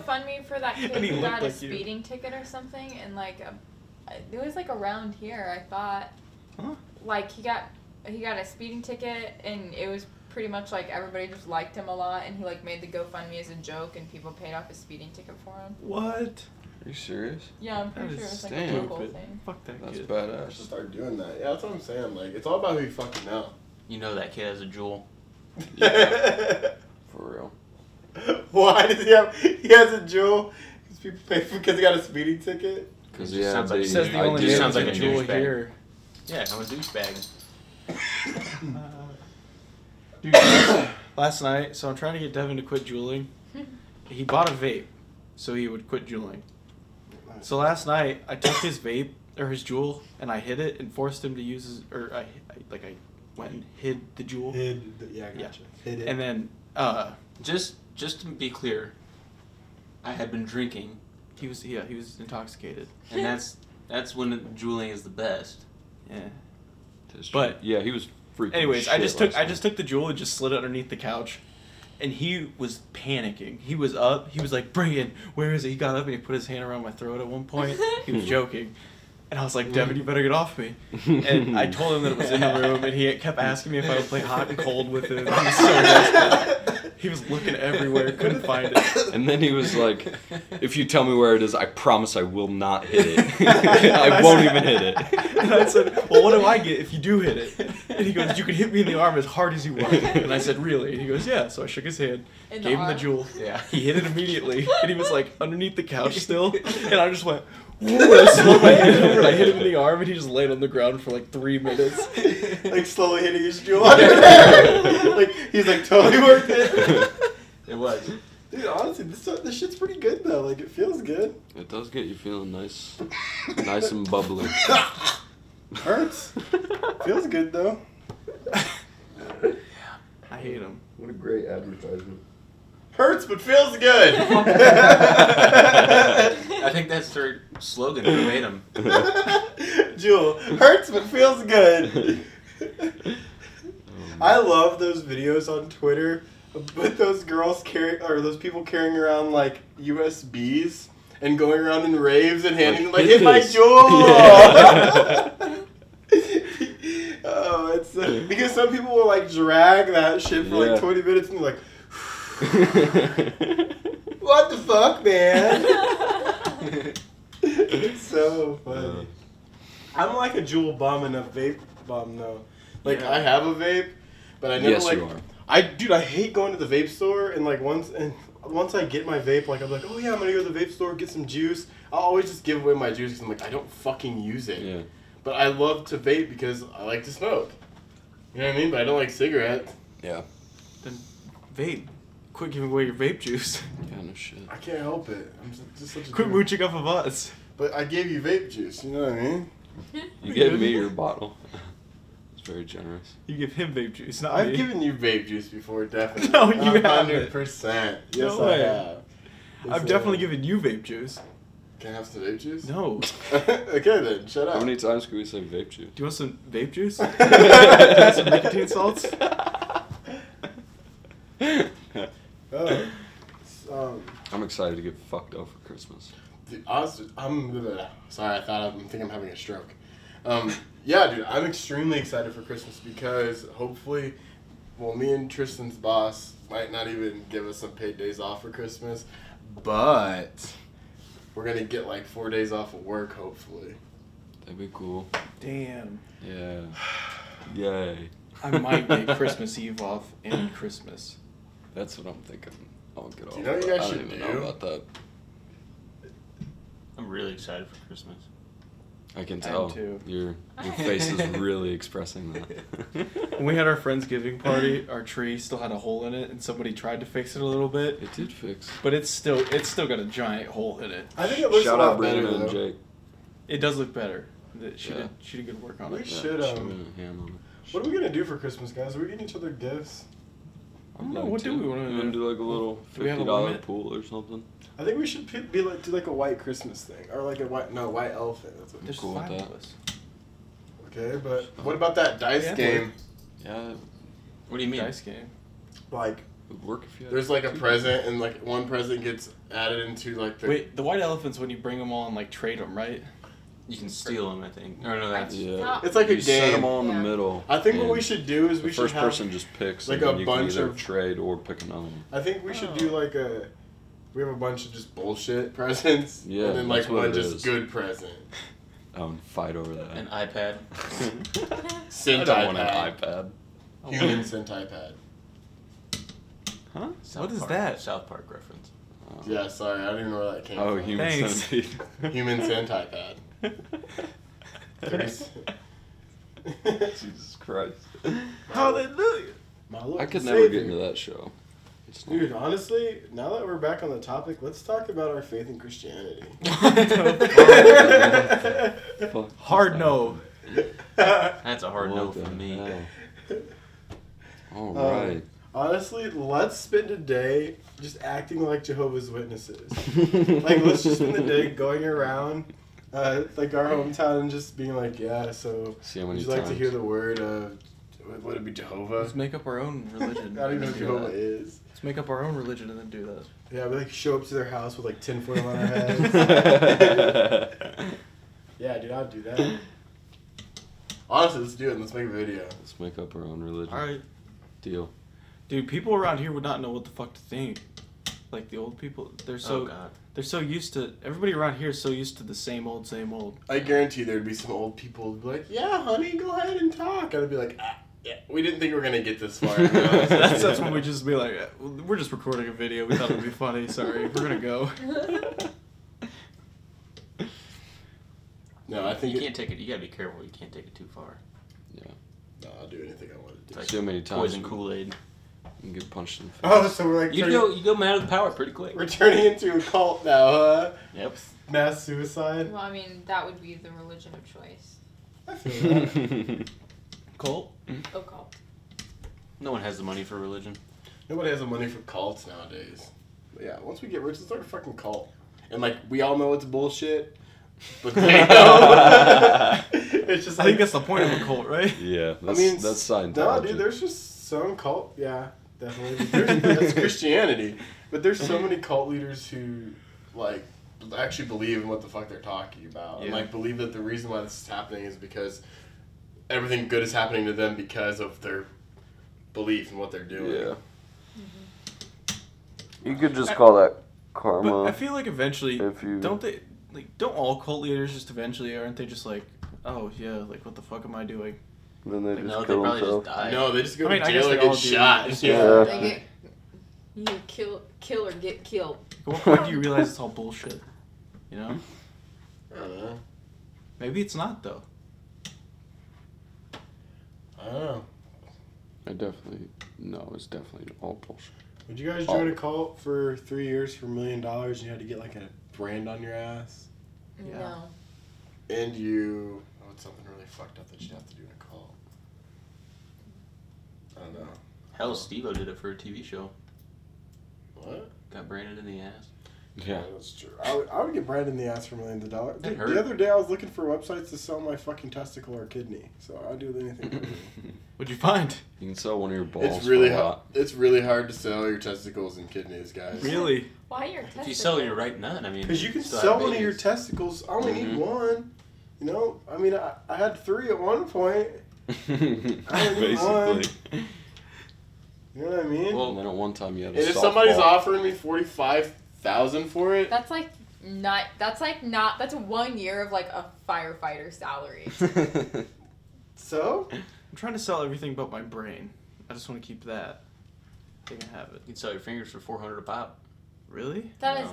Speaker 4: like GoFundMe for that kid
Speaker 2: And he
Speaker 4: who
Speaker 2: looked
Speaker 4: got a
Speaker 2: like you.
Speaker 4: speeding ticket or something, and like a, it was like around here, I thought.
Speaker 2: Huh?
Speaker 4: Like he got he got a speeding ticket, and it was pretty much like everybody just liked him a lot, and he like made the GoFundMe as a joke, and people paid off his speeding ticket for him.
Speaker 2: What?
Speaker 3: Are you serious?
Speaker 4: Yeah, I'm pretty
Speaker 2: That
Speaker 4: sure it
Speaker 2: is
Speaker 4: was like a local
Speaker 2: stupid.
Speaker 4: thing.
Speaker 2: Fuck that
Speaker 3: That's
Speaker 2: kid.
Speaker 1: I
Speaker 3: badass.
Speaker 1: should start doing that. Yeah, that's what I'm saying. Like, it's all about who you fucking know.
Speaker 6: You know that kid has a jewel.
Speaker 3: For real.
Speaker 1: Why does he have? He has a jewel. Because people pay for because he got a speeding ticket.
Speaker 3: Because
Speaker 6: It
Speaker 3: yeah,
Speaker 6: just sounds like-
Speaker 3: they-
Speaker 6: It says the
Speaker 3: I
Speaker 6: only
Speaker 3: did-
Speaker 6: name sounds like a
Speaker 3: did-
Speaker 6: jewel.
Speaker 2: jewel
Speaker 6: douchebag.
Speaker 2: here.
Speaker 6: Yeah, I'm a douchebag.
Speaker 2: Uh, dude, last- last night, so I'm trying to get Devin to quit juuling. He bought a vape, so he would quit juuling. So last night, I took his vape or his jewel, and I hid it and forced him to use his or I, I like I went and hid the jewel,
Speaker 1: Hid, yeah, I
Speaker 2: Yeah.
Speaker 1: gotcha. Hid it.
Speaker 2: and then uh
Speaker 6: Just just to be clear, I had been drinking,
Speaker 2: he was yeah he was intoxicated.
Speaker 6: and that's that's when juuling is the best.
Speaker 2: Yeah.
Speaker 3: Just-
Speaker 2: But-
Speaker 3: yeah, he was freaking.
Speaker 2: Anyways, I
Speaker 3: shit
Speaker 2: just took
Speaker 3: last
Speaker 2: I just took the jewel and just slid it underneath the couch, and he was panicking. He was up. He was like, "Brian, where is it?" He got up and he put his hand around my throat at one point. He was joking, and I was like, "Devin, you better get off me."
Speaker 3: night.
Speaker 2: And I told him that it was in the room, and he kept asking me if I would play hot and cold with it. He was so desperate. He was looking everywhere, couldn't find it.
Speaker 3: And then he was like, "If you tell me where it is, I promise I will not hit it. I
Speaker 2: I
Speaker 3: won't
Speaker 2: said-
Speaker 3: even hit it."
Speaker 2: And I said, "Well, what do I get if you do hit it?" And he goes, "You can hit me in the arm as hard as you want." And I said, "Really?" And he goes, "Yeah." So I shook his hand,
Speaker 4: In
Speaker 2: gave him the
Speaker 4: arm.
Speaker 2: jewel.
Speaker 6: Yeah.
Speaker 2: He hit it immediately, and he was like underneath the couch still. And I just went, "Woo!" I slid my hand over, and I hit him in the arm, and he just laid on the ground for like three minutes.
Speaker 1: like slowly hitting his jewel. like he's like totally worth it.
Speaker 6: It was.
Speaker 1: Dude, honestly, this this shit's pretty good though. Like it feels good.
Speaker 3: It does get you feeling nice, nice and bubbly.
Speaker 1: Hurts. feels good though.
Speaker 2: I hate him.
Speaker 1: What a great advertisement. Hurts but feels good.
Speaker 6: I think that's their slogan verbatim.
Speaker 1: Jewel. Hurts but feels good.
Speaker 3: Oh,
Speaker 1: I love those videos on Twitter with those girls carrying or those people carrying around like USBs and going around in raves and handing them like
Speaker 3: hit
Speaker 1: hit my
Speaker 3: this."
Speaker 1: jewel.
Speaker 3: Yeah.
Speaker 1: oh, it's uh, because some people will like drag that shit for
Speaker 3: Yeah.
Speaker 1: like twenty minutes and they're like, what the fuck, man? it's so funny. I'm like a jewel bum and a vape bum though. Like
Speaker 2: Yeah.
Speaker 1: I have a vape, but I never
Speaker 3: yes,
Speaker 1: like
Speaker 3: you are.
Speaker 1: I dude, I hate going to the vape store and like once and once I get my vape, like I'm like, oh yeah, I'm gonna go to the vape store get some juice. I always just give away my juice because I'm like, I don't fucking use it.
Speaker 3: Yeah.
Speaker 1: But I love to vape because I like to smoke. You know what I mean? But I don't like cigarettes.
Speaker 3: Yeah.
Speaker 2: Vape. Quit giving away your vape juice.
Speaker 3: Yeah, no shit.
Speaker 1: I can't help it. I'm just, just such a
Speaker 2: Quit
Speaker 1: dude.
Speaker 2: mooching off of us.
Speaker 1: But I gave you vape juice. You know what I mean?
Speaker 3: You gave me your bottle. It's very generous.
Speaker 2: You give him vape juice, not
Speaker 1: I've
Speaker 2: me.
Speaker 1: given you vape juice before, definitely.
Speaker 2: No, you haven't.
Speaker 1: Hundred percent. Yes,
Speaker 2: No
Speaker 1: I
Speaker 2: way.
Speaker 1: have. Yes, I
Speaker 2: I've definitely
Speaker 1: have.
Speaker 2: given you vape juice.
Speaker 1: Can I have some vape juice?
Speaker 2: No.
Speaker 1: okay then, shut up.
Speaker 3: How many times can we say vape juice?
Speaker 2: Do you want some vape juice? Do you want some nicotine salts?
Speaker 3: I'm
Speaker 1: Oh. It's, Um,
Speaker 3: excited to get fucked up for Christmas.
Speaker 1: Dude, I was, I'm blah, blah, blah. sorry. I thought I'm think I'm having a stroke. Um, yeah, dude, I'm extremely excited for Christmas because hopefully, well, me and Tristan's boss might not even give us some paid days off for Christmas, but we're gonna get like four days off of work hopefully.
Speaker 3: That'd be cool.
Speaker 2: Damn.
Speaker 3: Yeah. Yay.
Speaker 2: I might get Christmas Eve off and Christmas.
Speaker 3: That's what I'm thinking. I'll get off.
Speaker 1: you know what you
Speaker 3: but
Speaker 1: guys
Speaker 3: I
Speaker 1: should
Speaker 3: don't even
Speaker 1: do?
Speaker 3: know about that.
Speaker 6: I'm really excited for Christmas.
Speaker 3: I can
Speaker 2: am
Speaker 3: tell.
Speaker 2: too.
Speaker 3: Your your
Speaker 4: I-
Speaker 3: face is really expressing that.
Speaker 2: When we had our Friendsgiving party, our tree still had a hole in it, and somebody tried to fix it a little bit,
Speaker 3: it did fix.
Speaker 2: but it's still it's still got a giant hole in it.
Speaker 1: I think it looks
Speaker 3: Shout
Speaker 1: a lot
Speaker 3: out Brandon
Speaker 1: better
Speaker 3: and
Speaker 1: though.
Speaker 3: Jake.
Speaker 2: It does look better. That She
Speaker 3: Yeah.
Speaker 2: did she did good work on
Speaker 1: We
Speaker 2: it.
Speaker 1: sh- should,
Speaker 3: shout
Speaker 1: um,
Speaker 3: out Hannah.
Speaker 1: What are we gonna do for Christmas, guys? Are we getting each other gifts?
Speaker 2: I don't know, what do we wanna
Speaker 3: to
Speaker 2: do?
Speaker 3: do? Like a little
Speaker 2: Do we have a
Speaker 3: fifty dollar
Speaker 2: limit?
Speaker 3: pool or something.
Speaker 1: I think we should pe- be like do like a white Christmas thing or like a white no white elephant. That's what,
Speaker 2: There's
Speaker 3: cool with
Speaker 2: five
Speaker 3: that.
Speaker 2: of us.
Speaker 1: okay, but what about that dice
Speaker 2: Yeah.
Speaker 1: game?
Speaker 3: Yeah, it
Speaker 6: What do you mean?
Speaker 2: Dice game.
Speaker 1: Like
Speaker 3: would work if you. Had
Speaker 1: There's like a
Speaker 3: two.
Speaker 1: present, and like one present gets added into like the.
Speaker 2: Wait, the white elephants when you bring them all and like trade them, right?
Speaker 6: You can steal them, I think. Or no, that's
Speaker 3: Yeah.
Speaker 4: Not-
Speaker 1: It's like
Speaker 3: you
Speaker 1: a
Speaker 3: set them
Speaker 1: game.
Speaker 3: all in
Speaker 4: Yeah.
Speaker 3: the middle.
Speaker 1: I think
Speaker 3: and
Speaker 1: what we should do is
Speaker 3: the
Speaker 1: we should
Speaker 3: first
Speaker 1: have.
Speaker 3: person just picks
Speaker 1: like
Speaker 3: and
Speaker 1: a
Speaker 3: then you
Speaker 1: bunch
Speaker 3: can either
Speaker 1: of-
Speaker 3: trade or pick another one.
Speaker 1: I think we should
Speaker 4: Oh.
Speaker 1: do like a. We have a bunch of just bullshit presents,
Speaker 3: Yeah,
Speaker 1: and then like
Speaker 3: that's what
Speaker 1: one
Speaker 3: it
Speaker 1: just
Speaker 3: is.
Speaker 1: good present.
Speaker 3: I would fight over that.
Speaker 6: an iPad.
Speaker 1: Sent
Speaker 3: I don't want
Speaker 1: iPad.
Speaker 3: an iPad.
Speaker 1: Human sent iPad.
Speaker 3: Huh?
Speaker 2: What is
Speaker 6: Park-
Speaker 2: that?
Speaker 6: South Park reference.
Speaker 3: Oh.
Speaker 1: Yeah, sorry, I don't even know where that came
Speaker 3: Oh,
Speaker 1: from.
Speaker 3: human
Speaker 2: Thanks.
Speaker 3: centipede.
Speaker 1: Human sent iPad.
Speaker 3: Jesus Christ.
Speaker 2: Hallelujah.
Speaker 1: My Lord
Speaker 3: I could
Speaker 1: and
Speaker 3: never
Speaker 1: Savior.
Speaker 3: get into that show. It's not-
Speaker 1: Dude, honestly, now that we're back on the topic, let's talk about our faith in Christianity.
Speaker 3: Fuck.
Speaker 2: Hard no.
Speaker 6: That's a hard no
Speaker 3: What
Speaker 6: for
Speaker 3: the
Speaker 6: me.
Speaker 3: hell?
Speaker 1: Um,
Speaker 3: All right.
Speaker 1: Honestly, let's spend a day just acting like Jehovah's Witnesses. Like, let's just spend the day going around, uh, like our hometown, and just being like, yeah. So,
Speaker 3: See how
Speaker 1: would
Speaker 3: many
Speaker 1: you like
Speaker 3: times.
Speaker 1: to hear the word of? Would would it be Jehovah?
Speaker 2: Let's make up our own
Speaker 1: I
Speaker 2: religion.
Speaker 1: don't even
Speaker 2: and
Speaker 1: know what
Speaker 2: do
Speaker 1: Jehovah
Speaker 2: that.
Speaker 1: is.
Speaker 2: Let's make up our own religion and then do that.
Speaker 1: Yeah, we like show up to their house with like tinfoil on our heads.
Speaker 3: Let's
Speaker 1: yeah, dude, I'd do that. Honestly, let's do it. and Let's make a video.
Speaker 3: make up our own religion.
Speaker 2: All right,
Speaker 3: Deal.
Speaker 2: dude. People around here would not know what the fuck to think. Like the old people, they're
Speaker 6: So,
Speaker 2: so they're so used to everybody around here is so used to the same old, same old.
Speaker 1: I guarantee there'd be some old people who'd be like, "Yeah, honey, go ahead and talk." I'd be like, ah, "Yeah, we didn't think we were gonna get this far."
Speaker 2: That's that's when we just be like, "Uh, we're just recording a video. We thought it'd be funny. Sorry, we're gonna go.
Speaker 1: no, I think
Speaker 6: you
Speaker 1: it-
Speaker 6: can't take it. You gotta be careful. You can't take it too far.
Speaker 1: No, I'll do anything I want to do.
Speaker 6: Like
Speaker 3: See how many times
Speaker 6: Poison
Speaker 3: you
Speaker 6: Kool Aid.
Speaker 3: can get punched in the face.
Speaker 1: Oh, so we're like
Speaker 6: You
Speaker 1: turning-
Speaker 6: go. You go mad with power pretty quick.
Speaker 1: we're turning into a cult now, huh?
Speaker 6: Yep.
Speaker 1: Mass suicide.
Speaker 4: well, I mean, that would be the religion of choice.
Speaker 1: I feel that.
Speaker 2: Colt,
Speaker 4: Occult.
Speaker 6: No one has the money for religion.
Speaker 1: Nobody has the money for cults nowadays. But yeah, once we get rich, it's like a fucking cult, and like we all know it's bullshit, but they know. it's just
Speaker 2: I think that's the point of a cult, right?
Speaker 3: Yeah,
Speaker 1: I
Speaker 3: that's,
Speaker 1: mean,
Speaker 3: that's Scientology.
Speaker 1: No, dude, there's just some cult. Yeah, definitely. There's, that's Christianity, but there's so many cult leaders who like actually believe in what the fuck they're talking about, and
Speaker 6: Yeah.
Speaker 1: like believe that the reason why this is happening is because everything good is happening to them because of their belief in what they're doing.
Speaker 3: Yeah. You could just call that
Speaker 2: But I
Speaker 3: karma.
Speaker 2: feel like eventually,
Speaker 3: If you-
Speaker 2: don't they like don't all cult leaders just eventually aren't they just like, oh yeah, like what the fuck am I doing?
Speaker 3: Then they
Speaker 6: no,
Speaker 3: just
Speaker 6: they
Speaker 3: kill
Speaker 6: probably
Speaker 3: themselves.
Speaker 6: just die.
Speaker 1: No, they just go
Speaker 2: I mean,
Speaker 1: to
Speaker 2: I
Speaker 1: jail
Speaker 2: guess
Speaker 1: and
Speaker 2: they all
Speaker 1: get
Speaker 2: do.
Speaker 1: shot.
Speaker 2: Yeah.
Speaker 1: Yeah.
Speaker 4: They get, you kill, kill or get killed.
Speaker 2: At what point do you realize it's all bullshit? You know,
Speaker 1: I don't know.
Speaker 2: maybe it's not though.
Speaker 1: I don't know.
Speaker 3: I definitely no, it's definitely all bullshit.
Speaker 1: Would you guys join a cult for three years for a million dollars and you had to get like a brand on your ass?
Speaker 2: Yeah.
Speaker 4: No.
Speaker 1: And you. Oh, it's something really fucked up that you have to do in a call. I don't know.
Speaker 6: Hell, Steve-O did it for a TV show.
Speaker 1: What?
Speaker 6: Got branded in the ass.
Speaker 3: Yeah.
Speaker 1: That's true. I would, I would get branded in the ass for millions of dollars.
Speaker 6: That
Speaker 1: Dude,
Speaker 6: hurt.
Speaker 1: the other day I was looking for websites to sell my fucking testicle or kidney, so I'll do anything.
Speaker 3: you
Speaker 1: for it.
Speaker 2: What'd you find?
Speaker 3: can sell one of your balls.
Speaker 1: it's really
Speaker 3: for a
Speaker 1: hard.
Speaker 3: lot.
Speaker 1: It's really hard to sell your testicles and kidneys, guys.
Speaker 2: Really?
Speaker 4: Why your testicles?
Speaker 6: If you sell your right nut, I mean,
Speaker 1: Because you can
Speaker 6: still
Speaker 1: sell
Speaker 6: have
Speaker 1: one of your
Speaker 6: babies.
Speaker 1: testicles. I only
Speaker 3: Mhm.
Speaker 1: need one. You know, I mean, I, I had three at one point.
Speaker 3: Basically.
Speaker 1: You know what I mean?
Speaker 3: Well, and then at one time you had
Speaker 1: and
Speaker 3: a
Speaker 1: if somebody's
Speaker 3: softball.
Speaker 1: offering me forty five thousand for it,
Speaker 4: That's like not. That's like not. That's one year of like a firefighter salary.
Speaker 1: so
Speaker 2: I'm trying to sell everything but my brain. I just want to keep that. They can have it.
Speaker 6: You can sell your fingers for four hundred a pop.
Speaker 2: Really?
Speaker 4: That is.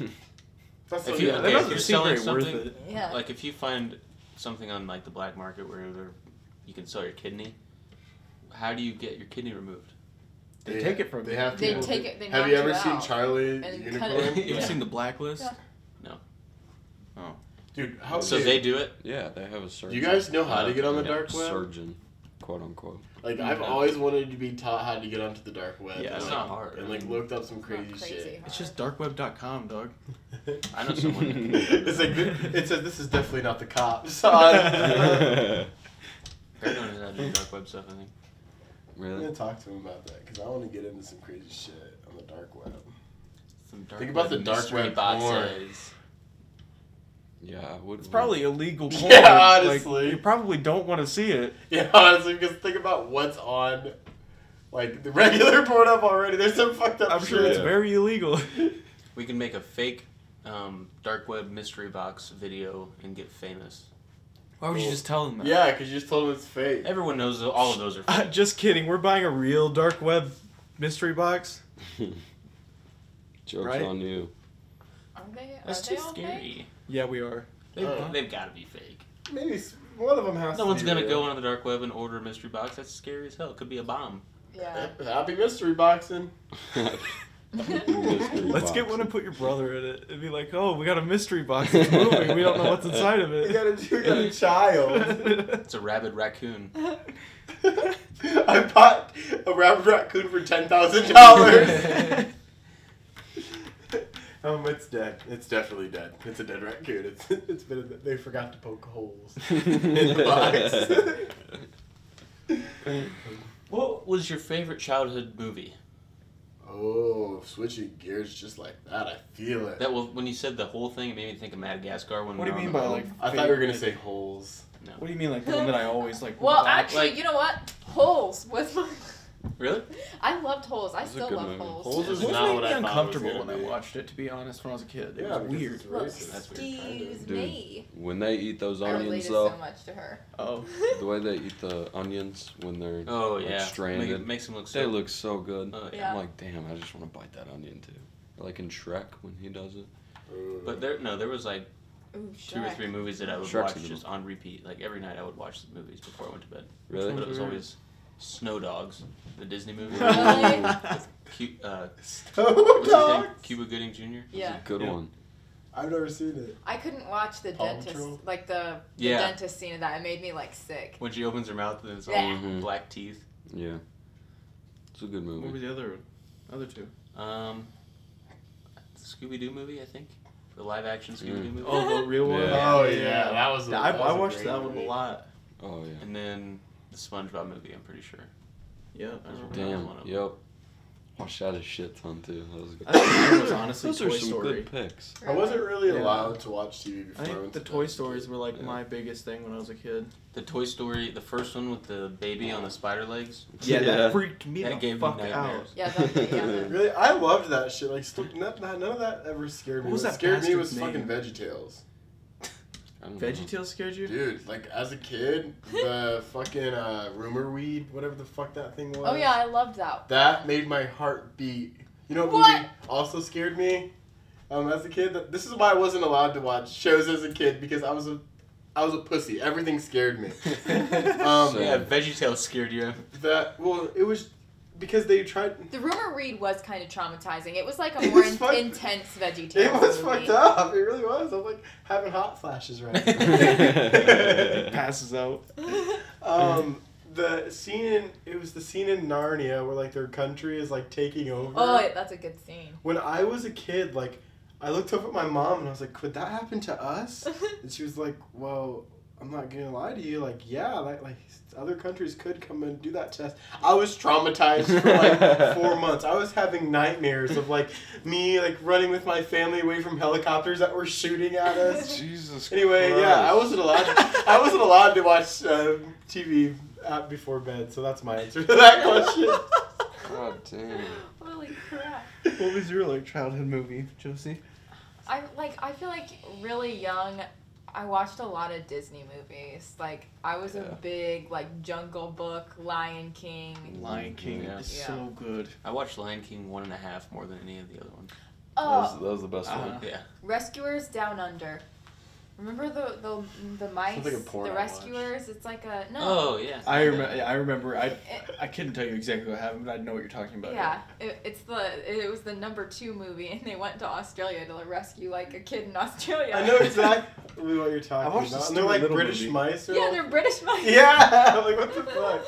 Speaker 6: No.
Speaker 1: that's
Speaker 6: If
Speaker 2: Oh,
Speaker 1: what
Speaker 6: you-
Speaker 1: it
Speaker 6: okay,
Speaker 1: is.
Speaker 6: if you're selling something-
Speaker 2: it.
Speaker 4: Yeah.
Speaker 6: Like if you find something on like the black market where they're- you can sell your kidney, how do you get your kidney removed?
Speaker 2: They take it from
Speaker 1: They
Speaker 2: you.
Speaker 1: have to.
Speaker 4: they take it. They
Speaker 1: have
Speaker 4: knock
Speaker 1: you ever seen
Speaker 4: out.
Speaker 1: Charlie the
Speaker 4: and
Speaker 1: Unicorn?
Speaker 4: cut it.
Speaker 2: You ever
Speaker 6: Yeah.
Speaker 2: seen the blacklist?
Speaker 4: Yeah.
Speaker 1: Dude, how
Speaker 6: So
Speaker 1: dude,
Speaker 6: they do it.
Speaker 3: yeah, they have a
Speaker 1: do
Speaker 3: surgeon.
Speaker 1: you guys know how to
Speaker 6: Uh,
Speaker 1: get on the
Speaker 6: yeah,
Speaker 1: dark web?
Speaker 3: Surgeon, quote unquote.
Speaker 1: Like I've
Speaker 6: Yeah.
Speaker 1: always wanted to be taught how to get onto the dark web.
Speaker 2: Yeah,
Speaker 1: and,
Speaker 6: That's
Speaker 1: like,
Speaker 6: not hard.
Speaker 1: and like looked up some
Speaker 4: It's not
Speaker 1: crazy, shit.
Speaker 2: It's just darkweb.com, dog.
Speaker 1: shit.
Speaker 6: I know someone. that can do
Speaker 1: it's
Speaker 6: that.
Speaker 1: like it says this is definitely not the cops. I'm
Speaker 6: They're doing it on the dark web stuff. I think.
Speaker 1: gonna
Speaker 3: really?
Speaker 1: talk to him about that because I want to get into some crazy shit on the dark web.
Speaker 6: Some dark
Speaker 1: Think about the dark
Speaker 6: mystery
Speaker 1: web
Speaker 6: boxes.
Speaker 3: Yeah, I would.
Speaker 2: It's probably illegal.
Speaker 1: Yeah,
Speaker 2: porn. Like,
Speaker 1: honestly.
Speaker 2: you probably don't want to see it.
Speaker 1: Yeah, honestly, because think about what's on, like the regular porn up already. There's some fucked up.
Speaker 2: I'm sure
Speaker 1: shit.
Speaker 2: it's
Speaker 3: Yeah.
Speaker 2: very illegal.
Speaker 6: We can make a fake um, dark web mystery box video and get famous.
Speaker 2: Why would you
Speaker 1: Cool.
Speaker 2: just tell them that?
Speaker 1: Yeah, because you just told him it's fake.
Speaker 6: Everyone knows that all of those are
Speaker 2: Uh,
Speaker 6: fake.
Speaker 2: just kidding. We're buying a real dark web mystery box.
Speaker 3: Jokes
Speaker 2: Right?
Speaker 3: on you.
Speaker 4: Are they?
Speaker 6: That's
Speaker 4: are
Speaker 6: too
Speaker 4: they all fake?
Speaker 6: scary.
Speaker 2: Yeah, we are.
Speaker 6: They've,
Speaker 1: Uh-huh.
Speaker 6: they've got to be fake.
Speaker 1: Maybe s- one of them has.
Speaker 6: No
Speaker 1: to
Speaker 6: one's
Speaker 1: be
Speaker 6: gonna
Speaker 1: real.
Speaker 6: go onto the dark web and order a mystery box. That's scary as hell. It could be a bomb.
Speaker 4: Yeah.
Speaker 1: Hap- Happy mystery boxing.
Speaker 3: Mystery
Speaker 2: Let's get
Speaker 3: box.
Speaker 2: one and put your brother in it. It'd be like, oh, we got a mystery box. It's moving. We don't know what's inside of
Speaker 1: You
Speaker 2: it.
Speaker 1: got a, you got a child.
Speaker 6: It's a rabid raccoon.
Speaker 1: I bought a rabbit raccoon for ten thousand dollars. um, it's dead. It's definitely dead. It's a dead raccoon. It's it's been. in the- They forgot to poke holes in the box.
Speaker 6: What was your favorite childhood movie?
Speaker 1: oh, switching gears just like that. I feel it.
Speaker 6: That was when you said the whole thing. It made me think of Madagascar. When
Speaker 2: What
Speaker 6: we
Speaker 2: do you
Speaker 6: were
Speaker 2: mean
Speaker 6: on
Speaker 2: by like?
Speaker 6: the-
Speaker 1: I thought you were gonna say holes.
Speaker 2: What do you mean like the one that I always like?
Speaker 4: Well,
Speaker 2: watch?
Speaker 4: actually,
Speaker 6: like-
Speaker 4: you know what? Holes was my.
Speaker 6: Really?
Speaker 4: I loved holes. I
Speaker 3: That's a
Speaker 4: still
Speaker 3: good
Speaker 4: love
Speaker 3: movie.
Speaker 4: holes.
Speaker 1: Holes
Speaker 2: it
Speaker 1: is
Speaker 2: was
Speaker 1: not
Speaker 2: made
Speaker 1: what
Speaker 2: me
Speaker 1: I thought it was
Speaker 2: uncomfortable
Speaker 1: gonna
Speaker 2: when I
Speaker 1: be.
Speaker 2: watched it. To be honest, when I was a kid, it
Speaker 1: because
Speaker 2: was weird.
Speaker 1: it's
Speaker 4: Well,
Speaker 1: racist.
Speaker 6: That's weird.
Speaker 4: Steve's
Speaker 3: Dude.
Speaker 4: knee.
Speaker 3: when they eat those
Speaker 4: I
Speaker 3: onions,
Speaker 4: related
Speaker 3: though,
Speaker 4: so much to her.
Speaker 2: Oh,
Speaker 3: the way they eat the onions when they're
Speaker 6: Oh
Speaker 3: like,
Speaker 6: yeah. Make,
Speaker 3: stranded,
Speaker 6: it makes them look.
Speaker 3: they
Speaker 6: So,
Speaker 3: look so good.
Speaker 6: Oh,
Speaker 4: Yeah.
Speaker 3: I'm like, damn, I just want to bite that onion too. Like in Shrek when he does it.
Speaker 1: Ooh.
Speaker 6: But there, no, there was like
Speaker 4: Ooh,
Speaker 6: two or
Speaker 4: Shrek.
Speaker 6: three movies that I would
Speaker 3: Shrek's a
Speaker 6: watch
Speaker 3: good
Speaker 6: just on repeat. Like every night, I would watch the movies before I went to bed.
Speaker 3: Really?
Speaker 6: But it was
Speaker 2: Really?
Speaker 6: always Snow Dogs, the Disney movie.
Speaker 4: Really?
Speaker 6: Cu- uh,
Speaker 1: Snow
Speaker 6: what's his name?
Speaker 1: dogs.
Speaker 6: Cuba Gooding Jr.
Speaker 4: Yeah,
Speaker 3: Good
Speaker 2: Yeah.
Speaker 3: one.
Speaker 1: I've never seen it.
Speaker 4: I couldn't watch the
Speaker 1: Paw
Speaker 4: dentist,
Speaker 1: Patrol?
Speaker 4: like the, the
Speaker 6: Yeah.
Speaker 4: dentist scene of that. It made me like sick.
Speaker 6: When she opens her mouth and it's all
Speaker 3: Yeah. Mm-hmm.
Speaker 6: black teeth.
Speaker 3: Yeah. It's a good
Speaker 2: what were
Speaker 3: movie.
Speaker 2: the other, other two?
Speaker 6: Um, Scooby Doo movie, I think. The live action Scooby
Speaker 3: Mm.
Speaker 6: Doo movie.
Speaker 2: Oh, the real one.
Speaker 3: Yeah.
Speaker 1: Oh yeah, that was. a-
Speaker 2: I,
Speaker 1: that
Speaker 2: I
Speaker 1: was a
Speaker 2: watched
Speaker 1: great
Speaker 2: that one a
Speaker 1: movie.
Speaker 2: lot.
Speaker 3: Oh yeah.
Speaker 6: And then the SpongeBob movie. I'm pretty sure.
Speaker 2: Yeah, I
Speaker 6: Those were
Speaker 2: remember.
Speaker 6: That was
Speaker 3: Damn.
Speaker 6: one of them.
Speaker 3: Yep. Watched that a shit ton too. That was
Speaker 2: I think mine was honestly
Speaker 3: Those
Speaker 2: Toy
Speaker 3: are some
Speaker 2: Story.
Speaker 3: good picks.
Speaker 1: I wasn't really
Speaker 2: Yeah.
Speaker 1: allowed to watch TV before.
Speaker 2: I
Speaker 1: went
Speaker 2: think the
Speaker 1: to
Speaker 2: Toy
Speaker 1: bed.
Speaker 2: Stories were like
Speaker 3: Yeah.
Speaker 2: my biggest thing when I was a kid.
Speaker 6: The Toy Story, the first one with the baby on the spider legs.
Speaker 2: Yeah,
Speaker 3: Yeah.
Speaker 2: that freaked me
Speaker 6: That
Speaker 2: the
Speaker 6: gave me
Speaker 2: fuck out.
Speaker 6: nightmares.
Speaker 4: Yeah, that, yeah, that-
Speaker 1: Really, I loved that shit. Like, still, none, none of that ever scared me.
Speaker 2: What was that
Speaker 1: scared me was
Speaker 2: bastard's
Speaker 1: fucking
Speaker 2: name?
Speaker 1: VeggieTales,
Speaker 3: I don't know.
Speaker 2: VeggieTales scared you?
Speaker 1: dude. Like as a kid, the fucking uh, rumor weed, whatever the fuck that thing was.
Speaker 4: oh yeah, I loved that.
Speaker 1: That made my heart beat. You know what,
Speaker 4: What?
Speaker 1: movie also scared me? Um, as a kid, That- this is why I wasn't allowed to watch shows as a kid because I was a, I was a pussy. Everything scared me. Um,
Speaker 3: So-
Speaker 6: Yeah, VeggieTales scared you.
Speaker 1: That well, it was because they tried.
Speaker 4: The rumor read was kind of traumatizing. It was like a
Speaker 1: It
Speaker 4: more
Speaker 1: was
Speaker 4: in-
Speaker 1: fucked-
Speaker 4: intense Veggie
Speaker 1: It was fucked up. It really was. I'm like having hot flashes right now.
Speaker 2: Passes out.
Speaker 1: um, the scene in it was the scene in Narnia where like their country is like taking over.
Speaker 4: oh, wait, that's a good scene.
Speaker 1: When I was a kid, like I looked up at my mom and I was like, "Could that happen to us?" And she was like, "Well, I'm not gonna lie to you. Like, yeah, like, like other countries could come and do that to us." I was traumatized for like four months. I was having nightmares of like me like running with my family away from helicopters that were shooting at us.
Speaker 3: Jesus.
Speaker 1: Anyway, yeah, I wasn't allowed. I wasn't allowed to watch uh, TV at before bed, so that's my answer to that question.
Speaker 3: God damn.
Speaker 4: Holy crap.
Speaker 2: What was your like childhood movie, Josie?
Speaker 4: I like I feel like really young I watched a lot of Disney movies. Like I was
Speaker 3: Yeah.
Speaker 4: a big like Jungle Book, Lion King.
Speaker 2: Lion King
Speaker 3: Yeah.
Speaker 2: is
Speaker 4: Yeah.
Speaker 2: so good.
Speaker 6: I watched Lion King one and a half more than any of the other ones.
Speaker 3: That was,
Speaker 4: Oh,
Speaker 3: that was the best
Speaker 2: Uh-huh.
Speaker 3: one.
Speaker 6: Yeah.
Speaker 4: Rescuers Down Under. Remember the the the mice,
Speaker 1: Sounds like a porn I
Speaker 4: the
Speaker 1: watched.
Speaker 4: rescuers? It's like a no.
Speaker 6: Oh yeah.
Speaker 2: I remember. I remember. I
Speaker 4: It-
Speaker 2: I couldn't tell you exactly what happened, but I know what you're talking about.
Speaker 4: yeah, it, it's the it was the number two movie, and they went to Australia to like, rescue like a kid in Australia.
Speaker 1: I know exactly what you're talking
Speaker 2: I watched
Speaker 1: about.
Speaker 2: this
Speaker 1: And they're like
Speaker 2: little
Speaker 1: British
Speaker 2: movie.
Speaker 1: mice. Or
Speaker 4: Yeah, they're British mice.
Speaker 1: yeah. I'm like what the fuck?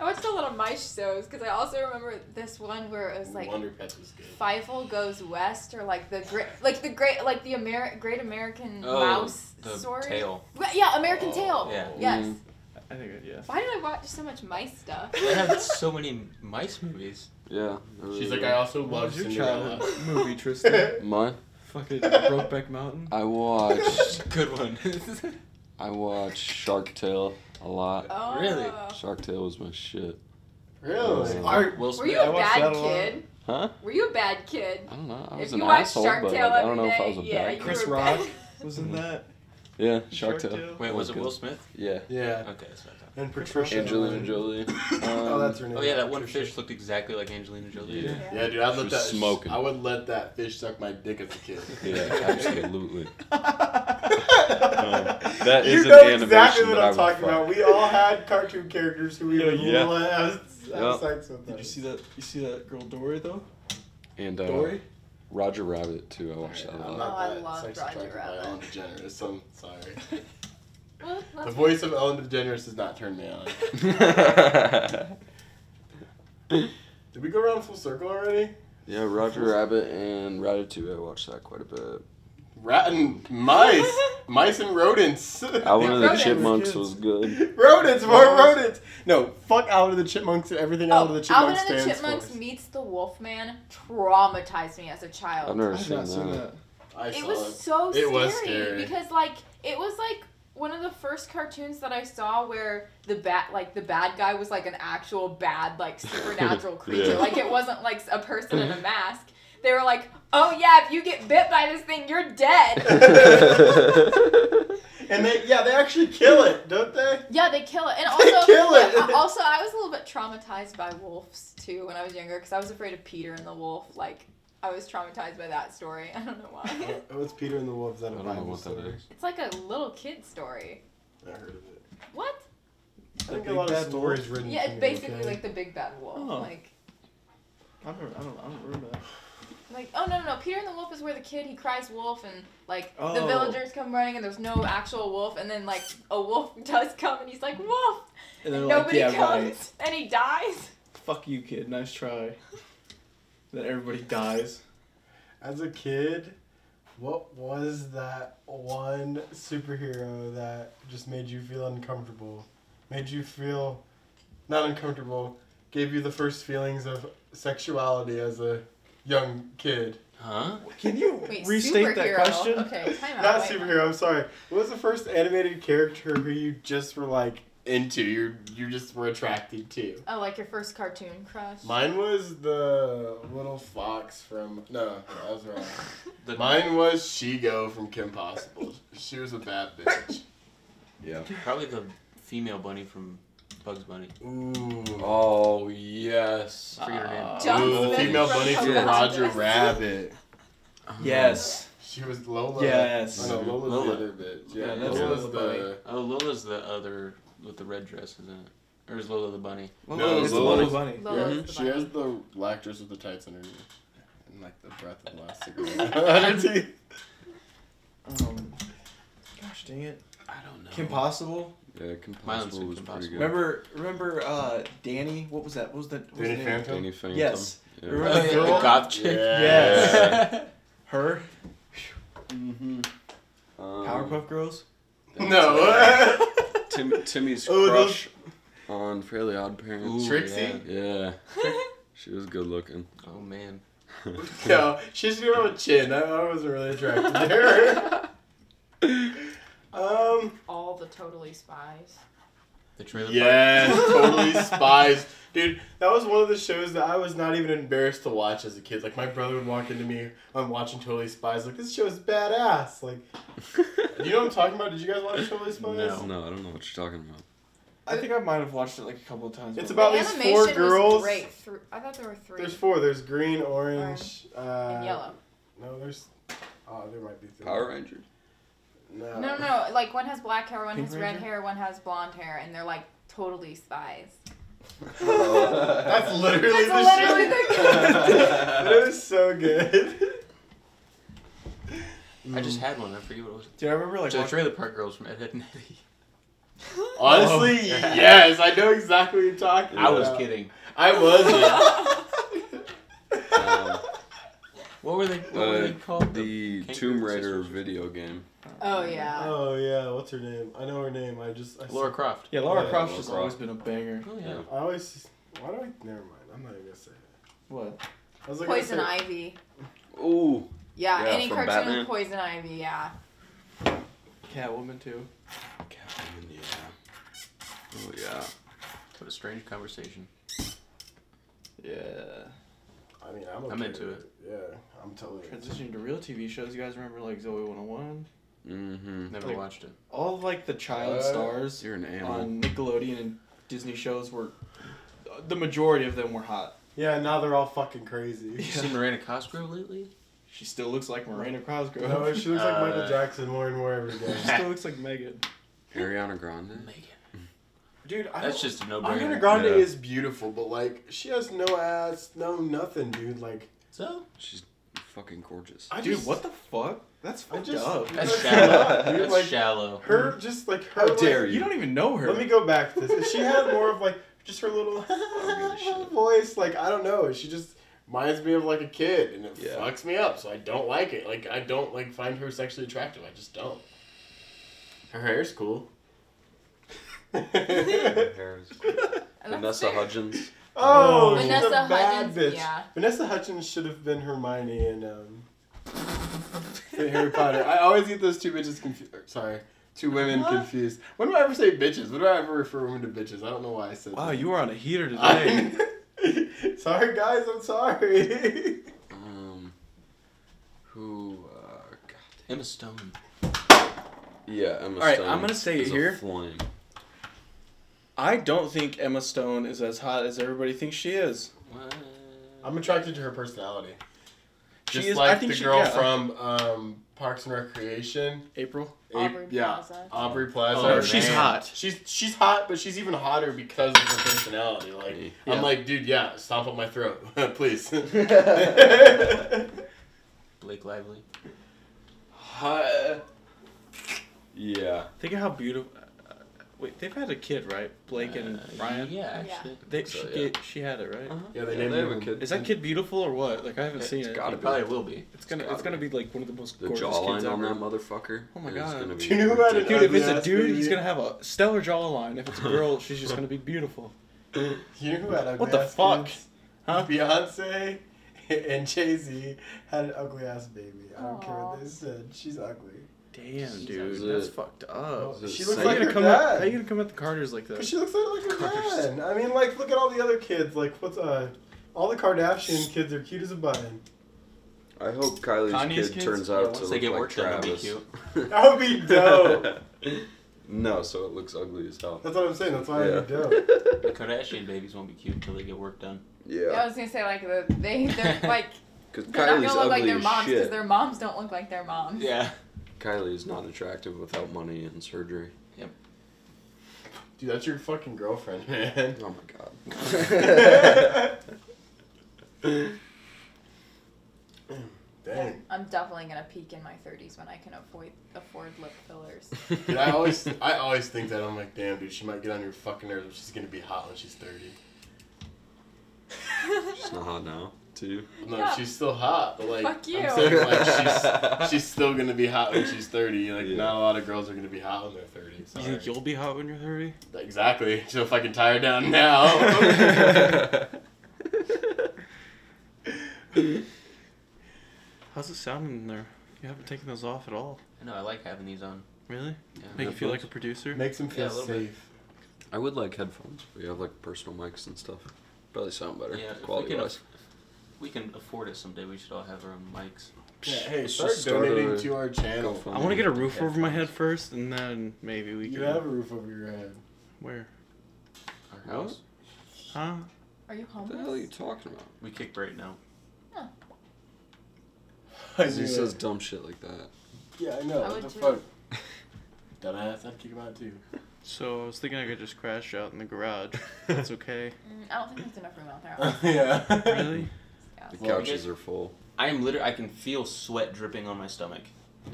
Speaker 4: I watched a lot of mice shows because I also remember this one where it was like
Speaker 1: Wonder Pets was good.
Speaker 4: Fievel goes west or like the great like the great like the Ameri- great American
Speaker 6: Oh,
Speaker 4: mouse
Speaker 6: the
Speaker 4: story.
Speaker 6: tail.
Speaker 4: Right, Yeah, American
Speaker 1: Oh,
Speaker 4: Tail.
Speaker 6: yeah. Mm.
Speaker 4: Yes.
Speaker 3: Mhm.
Speaker 2: I think. I- Yeah.
Speaker 4: Why did I watch so much mice stuff?
Speaker 6: They have so many mice movies.
Speaker 3: Yeah.
Speaker 1: She's like I also
Speaker 2: What
Speaker 1: love
Speaker 2: was your
Speaker 1: Cinderella.
Speaker 2: childhood movie, Tristan?
Speaker 3: Mine.
Speaker 2: Fucking Brokeback Mountain.
Speaker 3: I watched.
Speaker 6: Good one.
Speaker 3: I watched Shark Tale a lot.
Speaker 4: Oh.
Speaker 6: Really?
Speaker 3: Shark Tale was my shit.
Speaker 1: Really?
Speaker 3: I-
Speaker 6: Will
Speaker 4: Were
Speaker 6: Smith.
Speaker 4: you a
Speaker 2: I watched that
Speaker 4: bad
Speaker 2: a lot.
Speaker 4: kid?
Speaker 3: Huh?
Speaker 4: Were you a bad kid?
Speaker 3: I don't know. I was
Speaker 4: if you
Speaker 3: an
Speaker 4: watch
Speaker 3: asshole,
Speaker 4: Shark
Speaker 3: but like,
Speaker 4: Tail
Speaker 3: I don't know
Speaker 4: every
Speaker 3: if I
Speaker 4: day,
Speaker 3: was a
Speaker 4: yeah,
Speaker 3: bad
Speaker 4: you
Speaker 3: kid.
Speaker 2: Chris
Speaker 4: were
Speaker 2: Rock
Speaker 4: bad.
Speaker 2: was in that.
Speaker 3: Yeah, Shark, Tale.
Speaker 6: Wait, was it
Speaker 3: Good.
Speaker 6: Will Smith?
Speaker 3: Yeah.
Speaker 1: Yeah.
Speaker 6: Okay, that's what I thought.
Speaker 1: And Patricia.
Speaker 3: Angelina Jolie. Um,
Speaker 1: oh, that's her name.
Speaker 6: Oh yeah, that one
Speaker 1: Patricia.
Speaker 6: fish looked exactly like Angelina Jolie.
Speaker 3: Yeah.
Speaker 1: Yeah, dude, I
Speaker 3: She
Speaker 1: let
Speaker 3: was
Speaker 1: that
Speaker 3: smoking.
Speaker 1: I would let that fish suck my dick as a kid.
Speaker 3: Yeah, absolutely.
Speaker 1: that
Speaker 3: Um, is
Speaker 1: you
Speaker 3: an
Speaker 1: know
Speaker 3: animation
Speaker 1: exactly what
Speaker 3: that I
Speaker 1: I'm
Speaker 3: would
Speaker 1: talking
Speaker 3: fuck.
Speaker 1: about. We all had cartoon characters who we
Speaker 2: Yeah,
Speaker 1: would
Speaker 3: yeah.
Speaker 1: let have, have
Speaker 3: Yeah.
Speaker 1: sex with.
Speaker 2: Did you see that? You see that girl Dory though?
Speaker 3: And uh,
Speaker 2: Dory.
Speaker 3: Roger Rabbit too. I watched that a
Speaker 1: I'm
Speaker 3: lot.
Speaker 1: not
Speaker 4: Oh, I
Speaker 1: that
Speaker 4: loved
Speaker 1: sex
Speaker 4: Roger
Speaker 1: attracted by
Speaker 4: Rabbit.
Speaker 1: Ellen DeGeneres. I'm sorry.
Speaker 4: Well,
Speaker 1: The
Speaker 4: that's
Speaker 1: voice of Ellen DeGeneres does not turn me on. Did we go around full circle already?
Speaker 3: yeah, Roger Rabbit and Ratatouille. I watched that quite a bit.
Speaker 1: Rat and mice, mice and rodents.
Speaker 3: Out of the
Speaker 4: Rodents.
Speaker 3: Chipmunks was good.
Speaker 1: rodents, more
Speaker 2: Rodents.
Speaker 1: rodents. No, fuck Alvin and the Chipmunks and everything Alvin
Speaker 4: Oh,
Speaker 1: and the
Speaker 4: Alvin
Speaker 1: Chipmunks
Speaker 4: and the
Speaker 1: stands
Speaker 4: Chipmunks
Speaker 1: for.
Speaker 4: meets the Wolfman traumatized me as a child.
Speaker 3: I've never
Speaker 2: I've
Speaker 3: seen
Speaker 2: not
Speaker 3: that.
Speaker 2: seen that.
Speaker 1: I
Speaker 4: it
Speaker 1: saw
Speaker 4: was so
Speaker 1: It
Speaker 4: scary,
Speaker 1: was scary.
Speaker 4: because like it was like one of the first cartoons that I saw where the bat like the bad guy was like an actual bad like supernatural creature.
Speaker 3: Yeah.
Speaker 4: Like it wasn't like a person in a mask. They were like, "Oh yeah, if you get bit by this thing, you're dead."
Speaker 1: And they, yeah, they actually kill it, don't they?
Speaker 4: yeah, they kill it. And
Speaker 1: They
Speaker 4: also
Speaker 1: kill it.
Speaker 4: yeah, also I was a little bit traumatized by wolves too when I was younger cuz I was afraid of Peter and the wolf. Like I was traumatized by that story. I don't know why.
Speaker 1: Oh, it's Peter and the Wolves that
Speaker 3: I
Speaker 1: a
Speaker 3: don't know
Speaker 1: Bible
Speaker 3: what that
Speaker 1: story.
Speaker 3: is.
Speaker 4: it's like a little kid story.
Speaker 1: I heard of it.
Speaker 4: What?
Speaker 1: I think a
Speaker 2: Big
Speaker 1: lot of
Speaker 2: Bad
Speaker 1: stories
Speaker 2: Wolf?
Speaker 1: written.
Speaker 4: Yeah,
Speaker 1: to
Speaker 4: it's
Speaker 1: me,
Speaker 4: basically
Speaker 1: okay?
Speaker 4: like the Big Bad Wolf.
Speaker 2: Oh.
Speaker 4: Like,
Speaker 2: I don't. I don't. I don't remember that.
Speaker 4: like oh no no no! Peter and the Wolf is where the kid he cries wolf and like the
Speaker 2: Oh.
Speaker 4: villagers come running and there's no actual wolf and then like a wolf does come and he's like wolf
Speaker 2: And
Speaker 4: and
Speaker 2: they're like,
Speaker 4: nobody
Speaker 2: yeah,
Speaker 4: comes
Speaker 2: right.
Speaker 4: and he dies.
Speaker 2: Fuck you, kid. Nice try. Then everybody dies.
Speaker 1: As a kid, What was that one superhero that just made you feel uncomfortable? Made you feel not uncomfortable, gave you the first feelings of sexuality as a young kid.
Speaker 6: Huh?
Speaker 2: Can you
Speaker 4: Wait,
Speaker 2: restate that
Speaker 4: superhero.
Speaker 2: question?
Speaker 4: Okay, time out.
Speaker 1: Not a
Speaker 4: wait.
Speaker 1: superhero, I'm sorry. What was the first animated character who you just were like into? You you just were attracted to?
Speaker 4: Oh, like your first cartoon crush.
Speaker 1: Mine was the little fox from no, I was wrong.
Speaker 6: The,
Speaker 1: Mine was Shigo from Kim Possible. She was a bad bitch.
Speaker 3: Yeah.
Speaker 6: Probably the female bunny from Bugs Bunny.
Speaker 1: Ooh.
Speaker 3: Oh yes.
Speaker 6: I forget her name.
Speaker 3: Ah.
Speaker 4: John
Speaker 1: Ooh,
Speaker 4: Smith
Speaker 1: female
Speaker 4: from
Speaker 1: bunny from
Speaker 4: Pocahontas.
Speaker 1: Roger Rabbit.
Speaker 2: Yes.
Speaker 1: She was Lola.
Speaker 2: Yes.
Speaker 1: Oh, no, Lola's
Speaker 6: Lola.
Speaker 1: the other bitch. Yeah,
Speaker 2: Yeah,
Speaker 1: Lola's
Speaker 2: that's
Speaker 1: the.
Speaker 2: Lola Bunny.
Speaker 6: Oh, Lola's the other with the red dress, isn't it? Or is Lola the bunny?
Speaker 1: No,
Speaker 2: it's
Speaker 1: Lola.
Speaker 2: Lola Bunny.
Speaker 4: Lola.
Speaker 1: yeah,
Speaker 4: Lola's the
Speaker 1: Mm-hmm, she
Speaker 4: bunny.
Speaker 1: has the black dress with the tights underneath. And like the breath of the last cigarette. on her teeth.
Speaker 2: Um, gosh dang it.
Speaker 6: I don't know.
Speaker 2: Kim Possible.
Speaker 3: Yeah,
Speaker 6: Mine's
Speaker 3: Compossible was pretty
Speaker 6: Impossible.
Speaker 3: good.
Speaker 2: Remember, remember, uh, Danny. What was that? What was that? What was
Speaker 1: Danny
Speaker 2: the name?
Speaker 1: Phantom?
Speaker 3: Danny Phantom.
Speaker 2: Yes.
Speaker 3: Yeah.
Speaker 2: Remember
Speaker 6: Oh,
Speaker 2: that
Speaker 6: yeah,
Speaker 2: girl?
Speaker 6: the goth chick.
Speaker 1: Yeah.
Speaker 2: Yes. Her.
Speaker 3: Mm-hmm. Um,
Speaker 2: Powerpuff Girls.
Speaker 1: no.
Speaker 3: Tim, Timmy's
Speaker 1: Oh, those-
Speaker 3: crush on Fairly Odd Parents.
Speaker 6: Ooh,
Speaker 1: Trixie?
Speaker 6: yeah.
Speaker 3: Yeah. She was good looking.
Speaker 6: Oh man.
Speaker 1: no, she's got a chin. I, I wasn't really attracted to her. um.
Speaker 4: All the totally spies.
Speaker 6: The trailer
Speaker 1: Yes,
Speaker 6: park.
Speaker 1: totally spies. Dude, that was one of the shows that I was not even embarrassed to watch as a kid. Like my brother would walk into me, I'm watching Totally Spies, like this show is badass. Like, you know what I'm talking about? Did you guys watch Totally Spies?
Speaker 6: No.
Speaker 3: No, I don't know what you're talking about.
Speaker 2: I think I might have watched it like a couple of times.
Speaker 1: It's
Speaker 2: but-
Speaker 1: about
Speaker 4: the
Speaker 1: these
Speaker 4: animation
Speaker 1: four girls.
Speaker 4: Was great. Through, I thought there were three.
Speaker 1: There's four. There's green, orange, uh,
Speaker 4: and yellow.
Speaker 1: No, there's. Oh, there might be three.
Speaker 3: Power Rangers.
Speaker 1: No.
Speaker 4: No, no, no. Like one has black hair, one
Speaker 2: Pink
Speaker 4: has red
Speaker 2: Ranger?
Speaker 4: hair, one has blonde hair, and they're like totally spies.
Speaker 1: That's literally
Speaker 4: That's
Speaker 1: the
Speaker 4: literally
Speaker 1: show.
Speaker 4: the-
Speaker 1: that is so good.
Speaker 6: I
Speaker 1: Mm.
Speaker 6: just had one. I forget what it was.
Speaker 2: Dude, I remember like
Speaker 6: So the
Speaker 2: watching.
Speaker 6: trailer park girls from Ed, Ed and Eddie.
Speaker 1: Honestly,
Speaker 2: Oh.
Speaker 1: yes, I know exactly what you're talking
Speaker 6: I
Speaker 1: about.
Speaker 6: was kidding.
Speaker 1: I wasn't.
Speaker 3: Um,
Speaker 6: What were they? What were they
Speaker 3: Uh,
Speaker 6: called?
Speaker 3: the
Speaker 6: Kangaroo
Speaker 3: Tomb Raider
Speaker 6: Sisters?
Speaker 3: video game.
Speaker 4: oh yeah.
Speaker 1: oh yeah, what's her name? I know her name. I just I, s-
Speaker 6: Laura Croft.
Speaker 2: Yeah, Laura
Speaker 1: Yeah,
Speaker 2: Croft's
Speaker 3: Lara
Speaker 2: just
Speaker 3: Croft.
Speaker 2: always been a banger.
Speaker 6: Oh yeah.
Speaker 1: I always. Why do I? Never mind. I'm not even gonna say it.
Speaker 2: What?
Speaker 1: I was like,
Speaker 4: Poison Ivy.
Speaker 3: Ooh.
Speaker 4: Yeah,
Speaker 3: Yeah,
Speaker 4: any
Speaker 3: from
Speaker 4: cartoon
Speaker 3: Batman.
Speaker 4: with Poison Ivy. Yeah.
Speaker 2: Catwoman too.
Speaker 3: Catwoman, yeah. Oh yeah.
Speaker 6: What a strange conversation.
Speaker 2: Yeah.
Speaker 1: I mean, I'm. Okay
Speaker 6: I'm into
Speaker 1: with Yeah, I'm totally. into
Speaker 2: Transitioning to real TV shows, you guys remember like Zoe 101?
Speaker 3: Mm-hmm.
Speaker 6: Never
Speaker 2: Like-
Speaker 6: watched it.
Speaker 2: All of like the child
Speaker 1: What?
Speaker 2: stars
Speaker 3: You're an animal.
Speaker 2: on Nickelodeon and Disney shows were, uh, the majority of them were hot.
Speaker 1: it. Yeah, now they're all fucking crazy.
Speaker 6: You
Speaker 2: Yeah.
Speaker 6: seen Miranda Cosgrove lately?
Speaker 2: She still looks like Miranda
Speaker 1: You know,
Speaker 2: Cosgrove.
Speaker 1: she looks like
Speaker 6: Uh,
Speaker 1: Michael Jackson more and more every
Speaker 2: she
Speaker 1: day.
Speaker 2: still looks like Megan.
Speaker 3: Ariana Grande.
Speaker 6: Megan.
Speaker 1: Dude, I
Speaker 6: That's just a
Speaker 1: Ariana
Speaker 6: no-brainer.
Speaker 1: Grande
Speaker 3: Yeah.
Speaker 1: is beautiful, but like she has no ass, no nothing, dude. Like
Speaker 6: So
Speaker 3: She's fucking gorgeous.
Speaker 1: I
Speaker 2: Dude,
Speaker 1: just,
Speaker 2: what the fuck? That's
Speaker 1: I
Speaker 2: fucked
Speaker 1: just-
Speaker 2: up.
Speaker 6: that's
Speaker 1: Yeah.
Speaker 6: shallow.
Speaker 1: You're
Speaker 6: That's
Speaker 1: like-
Speaker 6: shallow.
Speaker 1: Her just like her.
Speaker 3: How
Speaker 1: like,
Speaker 3: dare
Speaker 2: You don't even know her.
Speaker 1: Let me go back to this. If she had more of like just her little
Speaker 3: don't give a shit.
Speaker 1: voice, like I don't know. She just reminds me of like a kid, and it
Speaker 3: Yeah.
Speaker 1: fucks me up. So I don't like it. Like I don't like find her sexually attractive. I just don't. Her hair's cool.
Speaker 3: Her
Speaker 1: oh,
Speaker 3: hair is-
Speaker 4: Oh, that's
Speaker 3: Vanessa
Speaker 4: fair.
Speaker 3: Hudgens. Oh.
Speaker 1: she's
Speaker 4: Vanessa
Speaker 1: a bad
Speaker 4: Hudgens,
Speaker 1: bitch.
Speaker 4: yeah.
Speaker 1: Vanessa Hudgens should have been Hermione and um, in Harry Potter. I always get those two bitches confused. Sorry. Two women
Speaker 2: What?
Speaker 1: confused. When do I ever say bitches? When do I ever refer women to bitches? I don't know why I said
Speaker 2: Wow,
Speaker 1: that.
Speaker 2: you are on a heater today.
Speaker 1: I'm- sorry, guys. I'm sorry.
Speaker 3: Um. Who? Uh, God.
Speaker 6: Emma Stone.
Speaker 3: Yeah, Emma
Speaker 2: All right,
Speaker 3: Stone.
Speaker 2: I'm gonna say it
Speaker 3: is a
Speaker 2: here.
Speaker 3: Flame.
Speaker 2: I don't think Emma Stone is as hot as everybody thinks she is.
Speaker 6: What?
Speaker 1: I'm attracted to her personality.
Speaker 2: She
Speaker 1: Just
Speaker 2: is-
Speaker 1: like
Speaker 2: I think
Speaker 1: the
Speaker 2: she-
Speaker 1: girl
Speaker 2: yeah.
Speaker 1: from um, Parks and Recreation.
Speaker 2: April.
Speaker 4: Aubrey
Speaker 1: Ape- yeah,
Speaker 4: Plaza.
Speaker 1: Aubrey Plaza.
Speaker 6: Oh,
Speaker 2: she's
Speaker 6: man.
Speaker 2: hot.
Speaker 1: She's she's hot, but she's even hotter because of her personality. Like
Speaker 2: Yeah.
Speaker 1: I'm like, dude, yeah, stomp on my throat, please.
Speaker 6: Blake Lively.
Speaker 3: Hi. Yeah.
Speaker 2: Think of how beautiful. uh, Wait, they've had a kid, right? Blake and
Speaker 3: Uh,
Speaker 2: Ryan.
Speaker 3: Yeah,
Speaker 4: Yeah.
Speaker 3: actually.
Speaker 2: They,
Speaker 3: So,
Speaker 2: she,
Speaker 3: yeah.
Speaker 2: Get, she had it, right?
Speaker 3: Uh-huh.
Speaker 1: Yeah, they named
Speaker 3: they have a
Speaker 1: him.
Speaker 3: kid.
Speaker 2: Is that kid beautiful or what? Like I haven't seen
Speaker 3: It's
Speaker 2: it.
Speaker 3: gotta
Speaker 6: It
Speaker 3: be.
Speaker 6: probably will be.
Speaker 2: It's gonna
Speaker 3: gotta
Speaker 2: it's gonna be like one of the most
Speaker 3: The
Speaker 2: gorgeous kids
Speaker 3: jawline on
Speaker 2: ever.
Speaker 3: that motherfucker.
Speaker 2: Oh my
Speaker 3: is
Speaker 2: God.
Speaker 3: gonna be
Speaker 1: Do you know what it
Speaker 2: Dude,
Speaker 3: ridiculous.
Speaker 2: if it's a
Speaker 1: Yes,
Speaker 2: dude,
Speaker 1: baby.
Speaker 2: he's gonna have a stellar jawline. If it's a girl, she's just gonna be beautiful.
Speaker 1: You know who had ugly
Speaker 2: What the
Speaker 1: ass
Speaker 2: fuck?
Speaker 1: kids?
Speaker 2: Huh?
Speaker 1: Beyonce and Jay Z had an ugly ass baby. I don't care
Speaker 4: Aw.
Speaker 1: what they said. She's ugly.
Speaker 2: Damn,
Speaker 4: Jesus.
Speaker 2: dude,
Speaker 3: Is
Speaker 2: that's
Speaker 3: it-
Speaker 2: fucked up.
Speaker 3: Is it
Speaker 1: she
Speaker 3: the
Speaker 1: looks
Speaker 3: same?
Speaker 2: How
Speaker 1: like
Speaker 2: you gonna
Speaker 1: her
Speaker 2: come
Speaker 1: dad.
Speaker 2: at, how you gonna come at the Carters like
Speaker 1: But
Speaker 2: that?
Speaker 1: she looks like a
Speaker 2: Christ.
Speaker 1: man. I mean, like, look at all the other kids. Like, what's uh, all the Kardashian kids are cute as a button.
Speaker 3: I hope Kylie's
Speaker 6: Kanye's
Speaker 3: kid
Speaker 6: kids?
Speaker 3: turns
Speaker 6: Yeah,
Speaker 3: out
Speaker 6: once
Speaker 3: to
Speaker 6: they
Speaker 3: look
Speaker 6: get
Speaker 3: like
Speaker 6: worked done, they'll be
Speaker 3: Travis.
Speaker 1: That would be dope.
Speaker 3: no, so it looks ugly as hell.
Speaker 1: That's what I'm saying. That's why
Speaker 3: yeah.
Speaker 1: I'd be dope.
Speaker 6: The Kardashian babies won't be cute until they get work done.
Speaker 4: I
Speaker 3: yeah,
Speaker 4: was gonna say like the, they they're like
Speaker 3: because
Speaker 4: they're not
Speaker 3: Kylie's
Speaker 4: gonna look like
Speaker 3: ugly
Speaker 4: their
Speaker 3: as
Speaker 4: moms because
Speaker 3: shit.
Speaker 4: their moms don't look like their moms.
Speaker 6: Yeah.
Speaker 3: Kylie's not attractive without money and surgery.
Speaker 1: Dude, that's your fucking girlfriend, man.
Speaker 3: Oh my god.
Speaker 1: Dang.
Speaker 4: I'm definitely gonna peak in my 30s when I can avoid afford lip fillers.
Speaker 1: Dude, I always, I always think that I'm like, damn, dude, she might get on your fucking nerves, but she's gonna be hot when she's thirty.
Speaker 3: She's not hot now, too.
Speaker 1: No,
Speaker 4: Yeah.
Speaker 1: she's still hot, but like,
Speaker 4: Fuck you.
Speaker 1: I'm saying like she's, she's still gonna be hot when she's thirty. Like,
Speaker 3: Yeah.
Speaker 1: not a lot of girls are gonna be hot when they're thirty.
Speaker 2: you
Speaker 1: Sorry.
Speaker 2: think you'll be hot when you're thirty?
Speaker 1: exactly. She'll fucking tie her down now.
Speaker 2: How's it sounding in there? You haven't taken those off at all.
Speaker 6: I know, I like having these on.
Speaker 2: Really?
Speaker 6: Yeah.
Speaker 2: Make you feel like a
Speaker 3: headphones?
Speaker 2: producer?
Speaker 1: Makes him
Speaker 6: Yeah, a
Speaker 1: feel
Speaker 6: little bit.
Speaker 1: safe.
Speaker 3: I would like headphones. We have like personal mics and stuff. Probably sound better.
Speaker 6: Yeah, if we
Speaker 3: quality
Speaker 6: could
Speaker 3: wise.
Speaker 6: We can afford it someday. We should all have our own mics.
Speaker 1: Yeah, hey,
Speaker 3: Let's
Speaker 1: start
Speaker 3: just start
Speaker 1: donating
Speaker 3: a
Speaker 1: to our channel.
Speaker 3: GoFundMe.
Speaker 2: I want to get a roof over my head first, and then maybe we
Speaker 1: You
Speaker 2: can.
Speaker 1: have a roof over your head.
Speaker 2: Where?
Speaker 6: Our
Speaker 3: What?
Speaker 6: house.
Speaker 2: Huh?
Speaker 4: Are you
Speaker 3: What the hell are you
Speaker 4: homeless?
Speaker 3: talking about?
Speaker 6: We kick right now.
Speaker 1: I
Speaker 3: 'Cause he
Speaker 1: knew
Speaker 3: says
Speaker 1: it.
Speaker 3: dumb shit like that.
Speaker 1: Yeah, I know.
Speaker 4: I
Speaker 1: what the
Speaker 4: would too.
Speaker 1: fuck? Dumbass, I'd kick him out too.
Speaker 2: So I was thinking I could just crash out in the garage. That's okay.
Speaker 4: Mm, I don't think there's enough room out there.
Speaker 1: yeah.
Speaker 2: Really?
Speaker 4: Yeah.
Speaker 3: The
Speaker 1: Well, we
Speaker 3: couches are full.
Speaker 6: I am literally. I can feel sweat dripping on my stomach.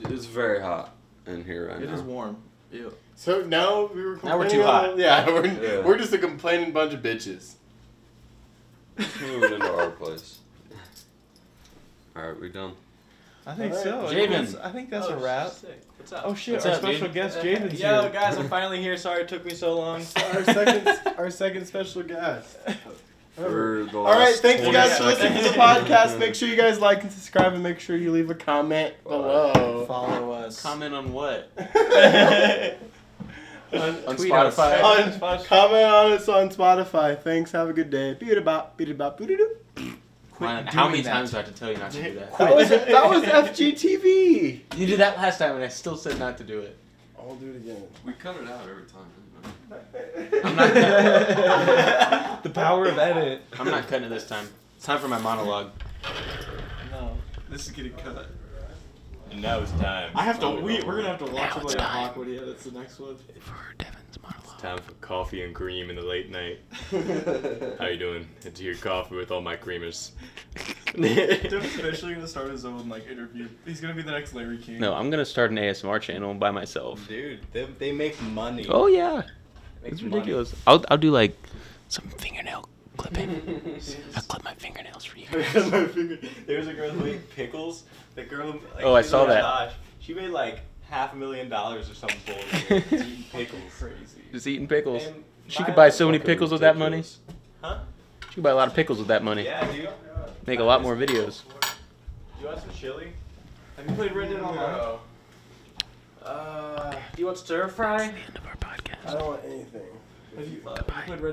Speaker 3: It's very hot in here right
Speaker 2: It
Speaker 3: now.
Speaker 2: is warm. Ew.
Speaker 1: So now we were complaining.
Speaker 6: Now we're too
Speaker 1: all-
Speaker 6: hot.
Speaker 1: Yeah, we're,
Speaker 3: Yeah.
Speaker 1: we're just a complaining bunch of bitches.
Speaker 3: Let's move it into our place. All right, we done.
Speaker 2: I think
Speaker 1: Alright.
Speaker 2: so. I
Speaker 6: Javen.
Speaker 2: think that's- I think that's a wrap.
Speaker 6: What's up?
Speaker 2: Oh shit! our special
Speaker 6: Uh,
Speaker 2: guest Jaden's here.
Speaker 6: finally here. Sorry it took me so long.
Speaker 1: our second, our second special guest.
Speaker 3: For the
Speaker 1: All right, thank you
Speaker 3: 20
Speaker 1: guys for listening to the
Speaker 3: seconds.
Speaker 1: podcast. Make sure you guys like and subscribe, and make sure you leave a comment below.
Speaker 2: Follow us.
Speaker 6: Comment on what?
Speaker 1: on,
Speaker 2: Tweet
Speaker 3: Spotify.
Speaker 2: us. Hey,
Speaker 1: on- comment on us on Spotify. Thanks. Have a good day. Beat bop, beat bop, boot doo.
Speaker 2: Quit
Speaker 6: Ryan, how
Speaker 2: doing
Speaker 6: many
Speaker 2: that.
Speaker 6: times do I have to tell you not to do that?
Speaker 1: That was that was FGTV.
Speaker 6: You did that last time, and I still said not to do it.
Speaker 1: I'll do it again.
Speaker 3: We cut it out every time.
Speaker 6: I'm not.
Speaker 2: the power of edit.
Speaker 6: I'm not cutting it this time. It's time for my monologue.
Speaker 2: No, this is getting cut.
Speaker 6: And now it's time.
Speaker 2: I have to.
Speaker 1: Oh,
Speaker 2: We,
Speaker 1: no.
Speaker 2: we're gonna have to watch
Speaker 4: Now
Speaker 2: him like
Speaker 4: it's
Speaker 2: a
Speaker 4: time.
Speaker 2: hawk when he edits the next one.
Speaker 6: for Devin's monologue.
Speaker 5: Time for coffee and cream in the late night. How you doing? It's your coffee with all my creamers.
Speaker 2: Devin's eventually gonna start his own like interview. He's gonna be the next Larry King.
Speaker 6: No, I'm gonna start an ASMR channel by myself.
Speaker 5: Dude, they, they make money.
Speaker 6: Oh yeah,
Speaker 5: Make
Speaker 6: it's
Speaker 5: money.
Speaker 6: ridiculous. I'll I'll do like some fingernail clipping. I'll clip my fingernails for you.
Speaker 5: My finger- there was a girl who made pickles. The girl. Who, like,
Speaker 6: Oh, I
Speaker 5: she's
Speaker 6: saw
Speaker 5: on
Speaker 6: that.
Speaker 5: Josh. She made like half a million dollars or some bullshit. eating pickles.
Speaker 6: Just eating pickles.
Speaker 5: And
Speaker 6: She
Speaker 5: my-
Speaker 6: could buy so many pickles with that money.
Speaker 5: Huh?
Speaker 6: She could buy a lot of pickles with that money.
Speaker 5: Yeah, dude.
Speaker 6: Make a lot more videos.
Speaker 5: You want some chili? Have you played Red Dead Online? Uh, do you want stir fry?
Speaker 6: End of our podcast.
Speaker 1: I don't want anything.
Speaker 5: Have you,
Speaker 6: Bye.
Speaker 5: you played Red